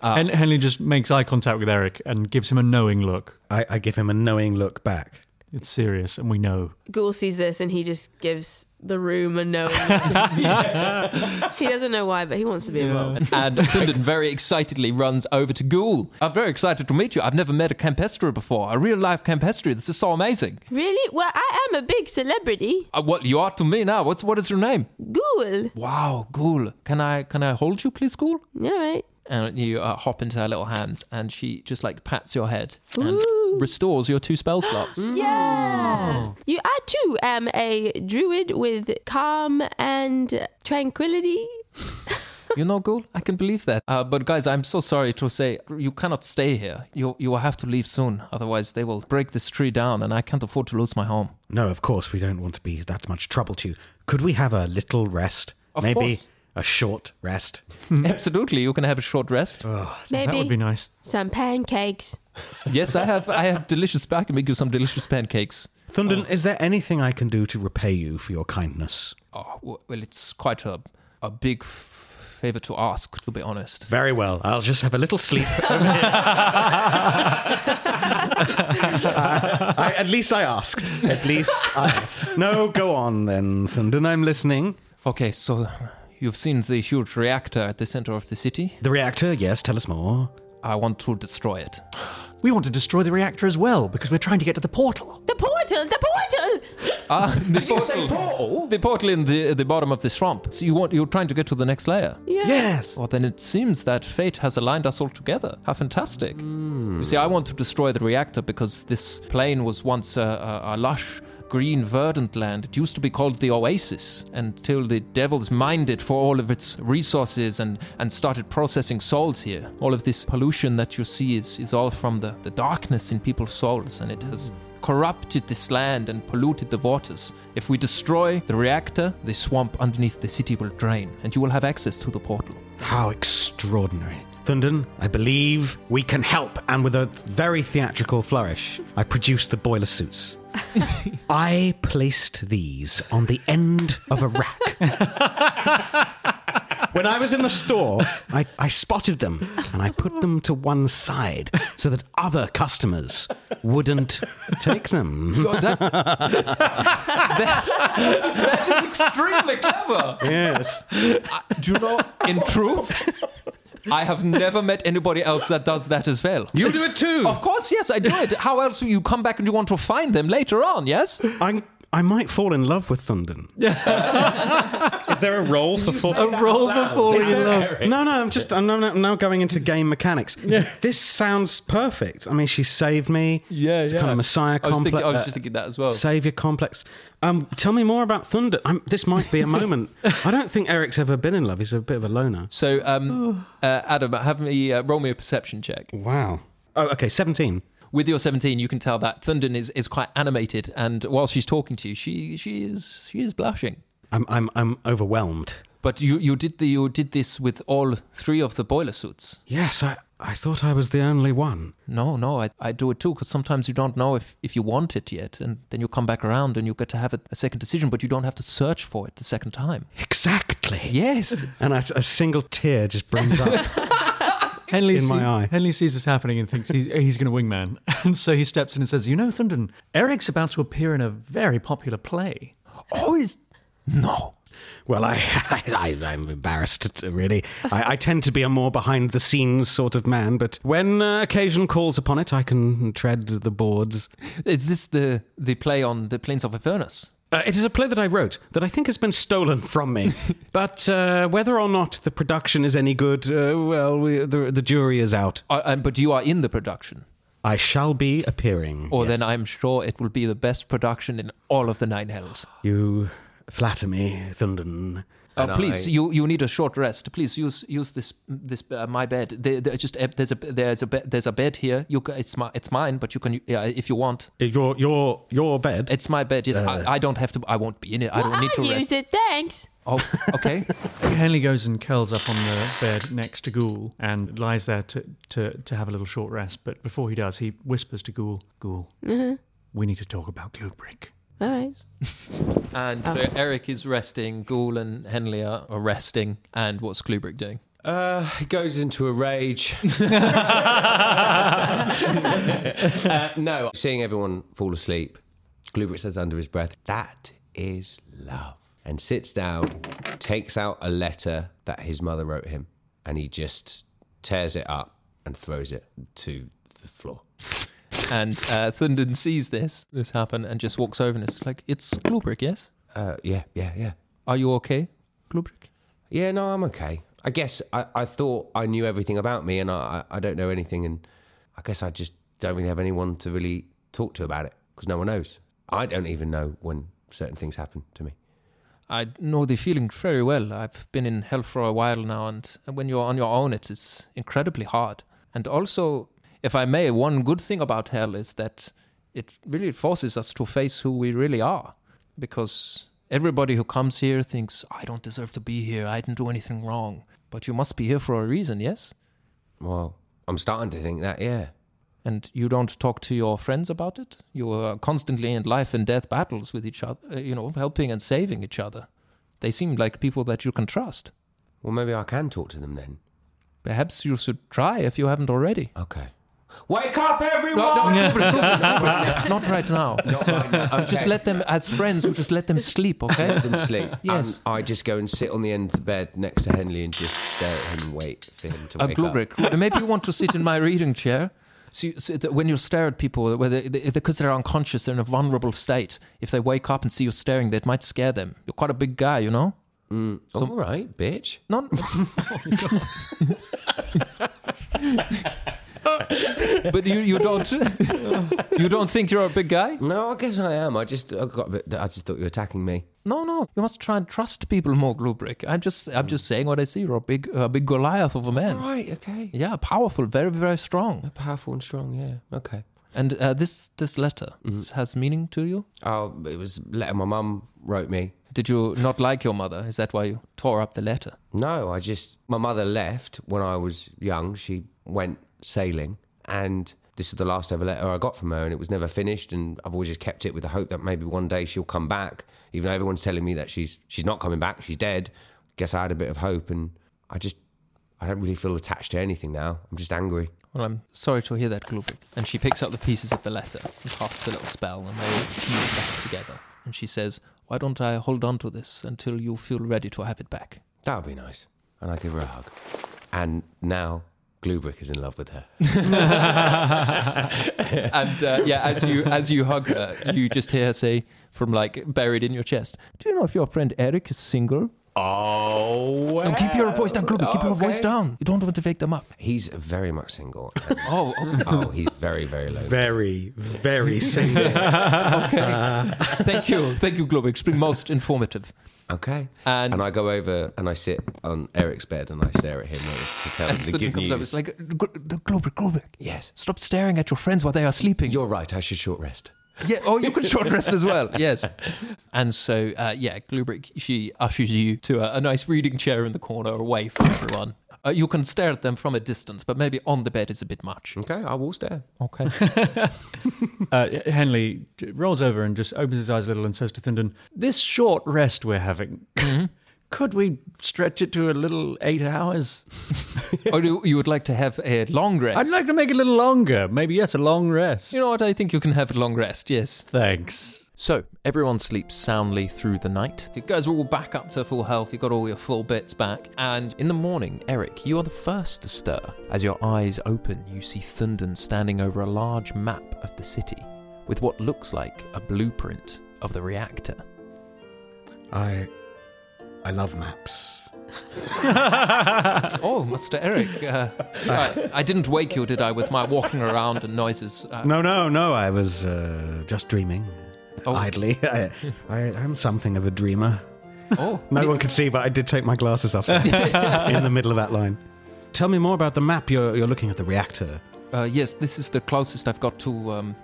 Speaker 3: Uh,
Speaker 5: Hen- Henley just makes eye contact with Eric and gives him a knowing look.
Speaker 7: I, I give him a knowing look back.
Speaker 5: It's serious, and we know.
Speaker 6: Ghoul sees this and he just gives the room a no. he doesn't know why, but he wants to be involved.
Speaker 3: and Thunden very excitedly runs over to Ghoul. I'm very excited to meet you. I've never met a campestre before, a real life campestre. This is so amazing.
Speaker 8: Really? Well, I am a big celebrity.
Speaker 3: Uh, what you are to me now? What's what is your name?
Speaker 8: Ghoul.
Speaker 3: Wow, Ghoul. Can I can I hold you, please, Ghoul?
Speaker 8: All right.
Speaker 3: And you uh, hop into her little hands, and she just like pats your head and restores your two spell slots.
Speaker 8: Yeah. You, I too am a druid with calm and tranquility.
Speaker 3: you know, Ghoul, I can believe that. Uh, but guys, I'm so sorry to say you cannot stay here. You you will have to leave soon, otherwise they will break this tree down, and I can't afford to lose my home.
Speaker 7: No, of course, we don't want to be that much trouble to you. Could we have a little rest?
Speaker 3: Of
Speaker 7: Maybe
Speaker 3: course.
Speaker 7: a short rest?
Speaker 5: Hmm.
Speaker 3: Absolutely, you can have a short rest.
Speaker 8: Maybe
Speaker 5: nice.
Speaker 8: some pancakes.
Speaker 3: yes, I have. I have delicious. I can make you some delicious pancakes.
Speaker 7: Thunden, is there anything I can do to repay you for your kindness?
Speaker 3: Oh, w- well, it's quite a a big f- favor to ask, to be honest.
Speaker 7: Very well. I'll just have a little sleep. I, at least I asked. At least I asked. No, go on then, Thunden. I'm listening.
Speaker 3: Okay, so you've seen the huge reactor at the center of the city.
Speaker 7: The reactor, yes. Tell us more.
Speaker 3: I want to destroy it.
Speaker 5: We want to destroy the reactor as well because we're trying to get to the portal.
Speaker 8: The portal. The portal.
Speaker 3: Ah, the
Speaker 8: you say
Speaker 3: portal. The portal in the the bottom of the swamp. So you want you're trying to get to the next layer.
Speaker 8: Yeah. Yes.
Speaker 3: Well, then it seems that fate has aligned us all together. How fantastic! You see, I want to destroy the reactor because this plane was once a, a, a lush green verdant land. It used to be called the Oasis until the devils mined it for all of its resources and, and started processing souls here. All of this pollution that you see is, is all from the, the darkness in people's souls, and it has corrupted this land and polluted the waters. If we destroy the reactor, the swamp underneath the city will drain, and you will have access to the portal.
Speaker 7: How extraordinary. Thundon, I believe we can help. And with a very theatrical flourish, I produced the boiler suits. I placed these on the end of a rack.
Speaker 13: When I was in the store,
Speaker 7: I, I spotted them and I put them to one side so that other customers wouldn't take them.
Speaker 11: God,
Speaker 3: that is extremely clever.
Speaker 7: Yes.
Speaker 3: do you know, in truth, I have never met anybody else that does that as well.
Speaker 13: You do it too.
Speaker 3: Of course, yes, I do it. How else will you come back and you want to find them later on, yes?
Speaker 7: I, I might fall in love with Thundon.
Speaker 13: Is there a role for fall?
Speaker 3: A role for falling in love.
Speaker 7: No, no, I'm just, I'm now, I'm now going into game mechanics. this sounds perfect. I mean, she saved me. Yeah, it's kind
Speaker 3: yeah.
Speaker 7: of messiah
Speaker 3: I was
Speaker 7: complex. uh,
Speaker 3: thinking- I was just thinking that as well.
Speaker 7: Savior complex. Um, tell me more about Thunder. i this might be a moment. I don't think Eric's ever been in love. He's a bit of a loner.
Speaker 3: So, um, uh, Adam, have me uh, roll me a perception check.
Speaker 7: Wow. Oh, okay, 17.
Speaker 3: With your 17, you can tell that Thundin is, is quite animated, and while she's talking to you, she she is she is blushing.
Speaker 7: I'm, I'm, I'm overwhelmed.
Speaker 3: But you, you did the, you did this with all three of the boiler suits.
Speaker 7: Yes, I, I thought I was the only one.
Speaker 3: No, no, I, I do it too because sometimes you don't know if, if you want it yet, and then you come back around and you get to have a, a second decision, but you don't have to search for it the second time.
Speaker 7: Exactly.
Speaker 3: Yes.
Speaker 7: And a, a single tear just brings up.
Speaker 5: Henley
Speaker 7: In my
Speaker 5: sees,
Speaker 7: eye.
Speaker 5: Henley sees this happening and thinks he's, he's going to wingman. And so he steps in and says, You know, Thundon, Eric's about to appear in a very popular play.
Speaker 3: Oh, is. No.
Speaker 7: Well, I, I, I I'm embarrassed to- really. I, I tend to be a more behind the scenes sort of man, but when uh, occasion calls upon it, I can tread the boards.
Speaker 3: Is this the, the play on the Plains of Avernus?
Speaker 7: Uh, it is a play that I wrote that I think has been stolen from me, but uh, whether or not the production is any good, uh, well, we, the, the jury is out.
Speaker 3: Uh, um, but you are in the production.
Speaker 7: I shall be appearing.
Speaker 3: Or then I'm sure it will be the best production in all of the Nine Hells.
Speaker 7: You flatter me, Thundon.
Speaker 3: Oh, please, you you need a short rest. Please use use this this uh, my bed. There, there- just uh, there's a there's a be- there's a bed here. You ca- it's my it's mine, but you can yeah, if you want.
Speaker 7: Uh, Your your your bed. Uh.
Speaker 3: It's my bed. Yes, I, I don't have to. I won't be in it. I don't need to
Speaker 8: I'll
Speaker 3: rest.
Speaker 8: use it, thanks.
Speaker 3: Oh, okay.
Speaker 5: Henley goes and curls up on the bed next to Ghoul and lies there to, to, to have a little short rest. But before he does, he whispers to Ghoul, Ghoul,
Speaker 8: Mhm.
Speaker 5: we need to talk about Gluebrick.
Speaker 8: All right.
Speaker 3: And
Speaker 8: Oh.
Speaker 3: so Eric is resting. Ghoul and Henley are, are resting. And what's Klubrick doing?
Speaker 4: Uh, he goes into a rage. uh, no, seeing everyone fall asleep, Glubrick says under his breath, "That is love," and sits down, takes out a letter that his mother wrote him, and he just tears it up and throws it to the floor.
Speaker 3: And uh, Thundin sees this this happen and just walks over and is like, "It's Klubrick, yes?
Speaker 4: Uh, yeah, yeah, yeah.
Speaker 3: Are you okay, Klubrick?
Speaker 4: Yeah, no, I'm okay. I guess I, I thought I knew everything about me, and I, I I don't know anything, and I guess I just don't really have anyone to really talk to about it because no one knows. I don't even know when certain things happen to me.
Speaker 3: I know the feeling very well. I've been in hell for a while now, and uh, when you're on your own, it is incredibly hard. And also, if I may, one good thing about hell is that it really forces us to face who we really are. Because everybody who comes here thinks, I don't deserve to be here, I didn't do anything wrong. But you must be here for a reason, yes?
Speaker 4: Well, I'm starting to think that, yeah.
Speaker 3: And you don't talk to your friends about it? You are constantly in life and death battles with each other, uh, you know, helping and saving each other. They seem like people that you can trust.
Speaker 4: Well, maybe I can talk to them then.
Speaker 3: Perhaps you should try if you haven't already.
Speaker 4: Okay. Wake up, everyone!
Speaker 3: No, no, no, not right now.
Speaker 4: Not right now, okay.
Speaker 3: Just let them, as friends, we just let them sleep, okay?
Speaker 4: Let them sleep.
Speaker 3: Yes.
Speaker 4: And I just go and sit on the end of the bed next to Henley and just stare at him and wait for him to
Speaker 3: Uh,
Speaker 4: wake up.
Speaker 3: Glubrick, maybe you want to sit in my reading chair. So, you, so that when you stare at people, whether because they're unconscious, they're in a vulnerable state. If they wake up and see you staring, that might scare them. You're quite a big guy, you know. Oh,
Speaker 4: Mm, all right, bitch.
Speaker 3: Not. but you, you don't you don't think you're a big guy?
Speaker 4: No, I guess I am. I just I got a bit, I just thought you were attacking me.
Speaker 3: No, no. You must try and trust people more, Glubrick. I'm just, I'm just saying what I see. You're a big, a big Goliath of a man.
Speaker 4: Mm. Right. Okay.
Speaker 3: Yeah, powerful, very, very strong.
Speaker 4: Powerful and strong. Yeah. Okay. Mm-hmm.
Speaker 3: And uh, this, this letter this has meaning to you.
Speaker 4: Oh, it was a letter my mum wrote me.
Speaker 3: Did you not like your mother? Is that why you tore up the letter?
Speaker 4: No, I just my mother left when I was young. She went sailing, and this was the last ever letter I got from her, and it was never finished. And I've always just kept it with the hope that maybe one day she'll come back. Even though everyone's telling me that she's she's not coming back, she's dead. Guess I had a bit of hope, and I just I don't really feel attached to anything now. I'm just angry.
Speaker 3: Well, I'm sorry to hear that, Glubrick. And she picks up the pieces of the letter and casts a little spell, and they all fuse back together. And she says, "Why don't I hold on to this until you feel ready to have it back?"
Speaker 4: That would be nice. And I give her a hug. And now Glubrick is in love with her.
Speaker 3: and uh, yeah, as you as you hug her, you just hear her say from like buried in your chest, "Do you know if your friend Eric is single?"
Speaker 4: Oh,
Speaker 3: No, keep your voice down, Glubrick. Keep your voice down. You don't want to wake them up.
Speaker 4: He's very much single. and-
Speaker 3: Oh, okay.
Speaker 4: oh, he's very, very lonely.
Speaker 14: Very, very single.
Speaker 3: okay. Thank you, thank you, Glubrick. It's been most informative.
Speaker 4: Okay. And, I go over and I sit on Eric's bed and I stare at him to tell him the
Speaker 3: Something
Speaker 4: good
Speaker 3: comes
Speaker 4: news.
Speaker 3: up. It's like Glubrick, Glubrick.
Speaker 4: yes,
Speaker 3: Stop staring at your friends while they are sleeping.
Speaker 4: You're right. I should short rest.
Speaker 3: Yeah. Oh, you can short rest as well. Yes. And so, uh, yeah, Glubrick, she ushers you to a, a nice reading chair in the corner, away from everyone. Uh, you can stare at them from a distance, but maybe on the bed is a bit much.
Speaker 4: Okay, I will stare.
Speaker 3: Okay.
Speaker 5: Uh, Henley j- rolls over and just opens his eyes a little and says to Thindon, This short rest we're having, could we stretch it to a little eight hours?
Speaker 3: or you, you would like to have a long rest?
Speaker 5: I'd like to make it a little longer. Maybe, yes, a long rest.
Speaker 3: You know what? I think you can have a long rest, yes.
Speaker 5: Thanks.
Speaker 15: So, everyone sleeps soundly through the night.
Speaker 3: You guys are all back up to full health. You got all your full bits back.
Speaker 15: And in the morning, Eric, you are the first to stir. As your eyes open, you see Thundon standing over a large map of the city with what looks like a blueprint of the reactor.
Speaker 7: I, I love maps.
Speaker 3: oh, Mr. Eric. Uh, I, I didn't wake you, did I, with my walking around and noises? Uh,
Speaker 7: No, no, no. I was uh, just dreaming idly. I, I am something of a dreamer.
Speaker 3: Oh,
Speaker 7: no one could see, but I did take my glasses off in the middle of that line. Tell me more about the map. You're you're looking at the reactor.
Speaker 3: Uh, yes, this is the closest I've got to um,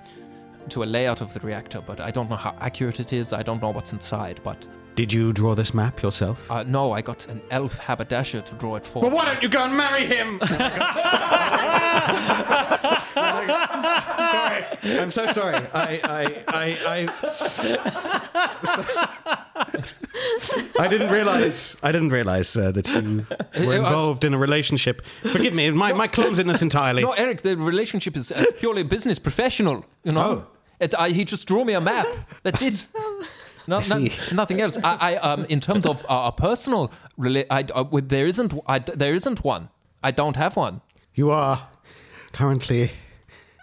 Speaker 3: to a layout of the reactor, but I don't know how accurate it is. I don't know what's inside, but
Speaker 7: Did you draw this map yourself?
Speaker 3: uh, no, I got an elf haberdasher to draw it for.
Speaker 7: Well,
Speaker 3: me.
Speaker 7: why don't you go and marry him? sorry, I'm so sorry. I, I, I, I, I didn't realize. I didn't realize uh, that you were
Speaker 3: I was-
Speaker 7: involved in a relationship. Forgive me, my, my clumsiness entirely.
Speaker 3: No, Eric, the relationship is uh, purely business, professional. You
Speaker 7: Oh.
Speaker 3: know, it, I, he just drew me a map. That's it. No, no,
Speaker 7: see.
Speaker 3: nothing else. I, I um, in terms of uh, a personal, rela- I, uh, with- there isn't, I, there isn't one. I don't have one.
Speaker 7: You are currently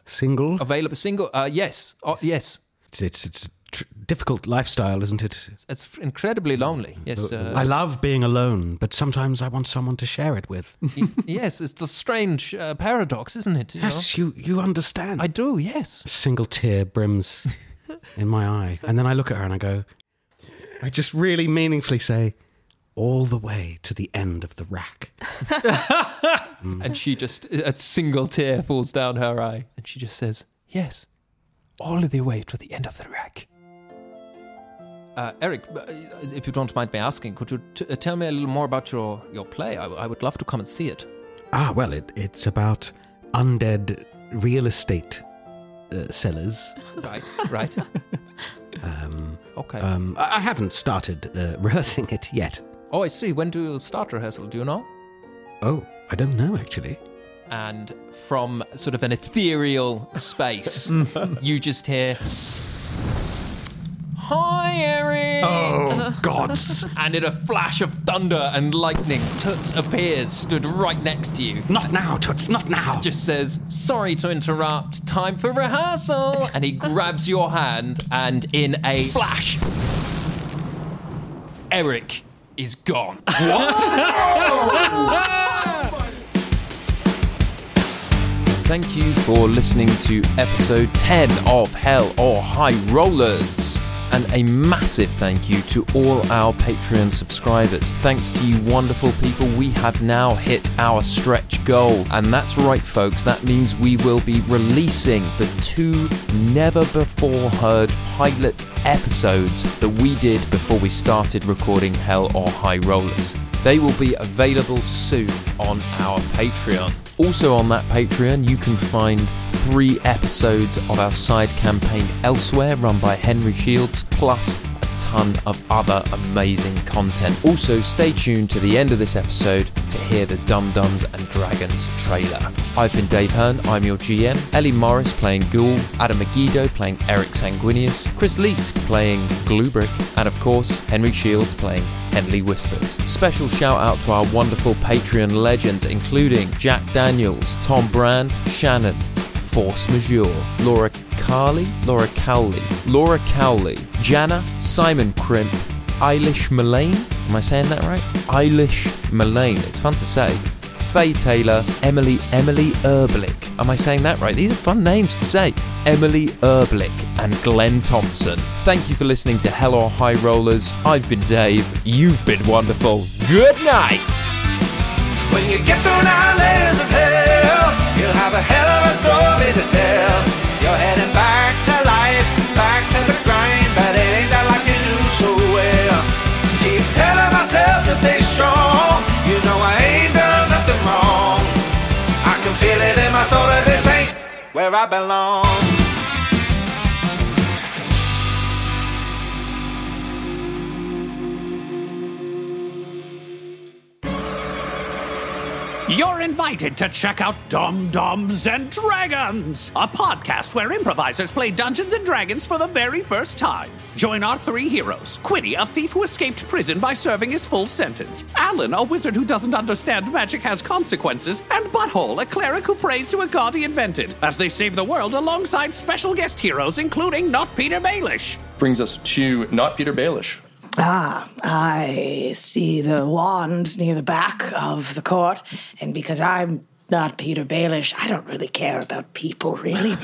Speaker 7: single.
Speaker 3: Available single? Uh, yes, oh, yes.
Speaker 7: It's it's, it's a tr- difficult lifestyle, isn't it?
Speaker 3: It's incredibly lonely. Yes. Uh,
Speaker 7: I love being alone, but sometimes I want someone to share it with.
Speaker 3: yes, it's a strange uh, paradox, isn't it? You
Speaker 7: Yes, you, you understand.
Speaker 3: I do, yes.
Speaker 7: single tear brims in my eye. And then I look at her and I go, I just really meaningfully say, all the way to the end of the rack. Mm.
Speaker 3: And she just, uh, a single tear falls down her eye, and she just says, Yes, all the way to the end of the rack. Uh, Eric, uh, if you don't mind me asking, could you t- uh, tell me a little more about your, your play? I, I would love to come and see it.
Speaker 7: Ah, well, it, it's about undead real estate uh, sellers.
Speaker 3: Right, right.
Speaker 7: Um,
Speaker 3: Okay.
Speaker 7: um, I I haven't started uh, rehearsing it yet.
Speaker 3: oh, I see. When do you start rehearsal? Do you know?
Speaker 7: Oh, I don't know, actually.
Speaker 3: and from sort of an ethereal space, you just hear. Hi, Eric!
Speaker 7: Oh, gods!
Speaker 3: And in a flash of thunder and lightning, Toots appears, stood right next to you.
Speaker 7: Not now, Toots, not now!
Speaker 3: Just says, Sorry to interrupt, time for rehearsal! And he grabs your hand, and in a flash, Eric is gone. What? Thank you for listening to episode 10 of Hell or High Rollers. And a massive thank you to all our Patreon subscribers. Thanks to you, wonderful people, we have now hit our stretch goal. And that's right, folks, that means we will be releasing the two never before heard pilot episodes that we did before we started recording Hell or High Rollers. They will be available soon on our Patreon. Also, on that Patreon, you can find three episodes of our side campaign elsewhere, run by Henry Shields, plus a ton of other amazing content. Also, stay tuned to the end of this episode to hear the Dum Dums and Dragons trailer. I've been Dave Hearn, I'm your GM, Ellie Morris playing Ghoul, Adam Megiddo playing Eric Sanguinius, Chris Leask playing Gluebrick, and of course, Henry Shields playing Henley Whispers. Special shout out to our wonderful Patreon legends, including Jack Daniels, Tom Brand, Shannon, Force Majeure, Laura Carley, Laura Cowley, Laura Cowley, Jana, Simon Crimp, Eilish Mullane. Am I saying that right? Eilish Mullane. It's fun to say. Faye Taylor, Emily, Emily Erblick. Am I saying that right? These are fun names to say. Emily Erblick and Glenn Thompson. Thank you for listening to Hell or High Rollers. I've been Dave. You've been wonderful. Good night.
Speaker 9: When you get through nine layers of hell, you'll have a hell of a story to tell. You're heading back to life, back to the grind, but it ain't that like you knew so well. Keep telling myself to stay strong. You know I ain't done nothing wrong. I can feel it in my soul that this ain't where I belong.
Speaker 12: You're invited to check out Dum Dums and Dragons, a podcast where improvisers play Dungeons and Dragons for the very first time. Join our three heroes Quinny, a thief who escaped prison by serving his full sentence, Alan, a wizard who doesn't understand magic has consequences, and Butthole, a cleric who prays to a god he invented, as they save the world alongside special guest heroes, including not Peter Baelish.
Speaker 16: brings us to not Peter Baelish.
Speaker 17: Ah, I see the wand near the back of the court, and because I'm not Peter Baelish, I don't really care about people, really.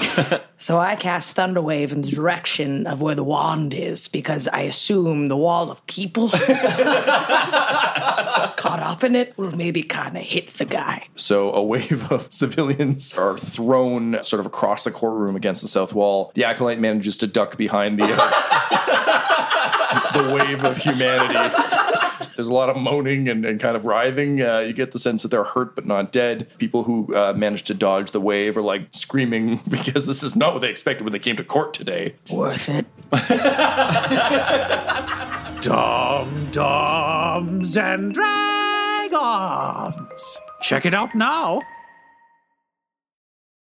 Speaker 17: so I cast Thunderwave in the direction of where the wand is, because I assume the wall of people caught up in it will maybe kind of hit the guy.
Speaker 16: So a wave of civilians are thrown sort of across the courtroom against the south wall. The acolyte manages to duck behind the uh, the wave of humanity. There's a lot of moaning and, and kind of writhing. Uh, you get the sense that they're hurt but not dead. People who uh, managed to dodge the wave are like screaming because this is not what they expected when they came to court today.
Speaker 17: Worth it.
Speaker 12: Dum Dums and Dragons. Check it out now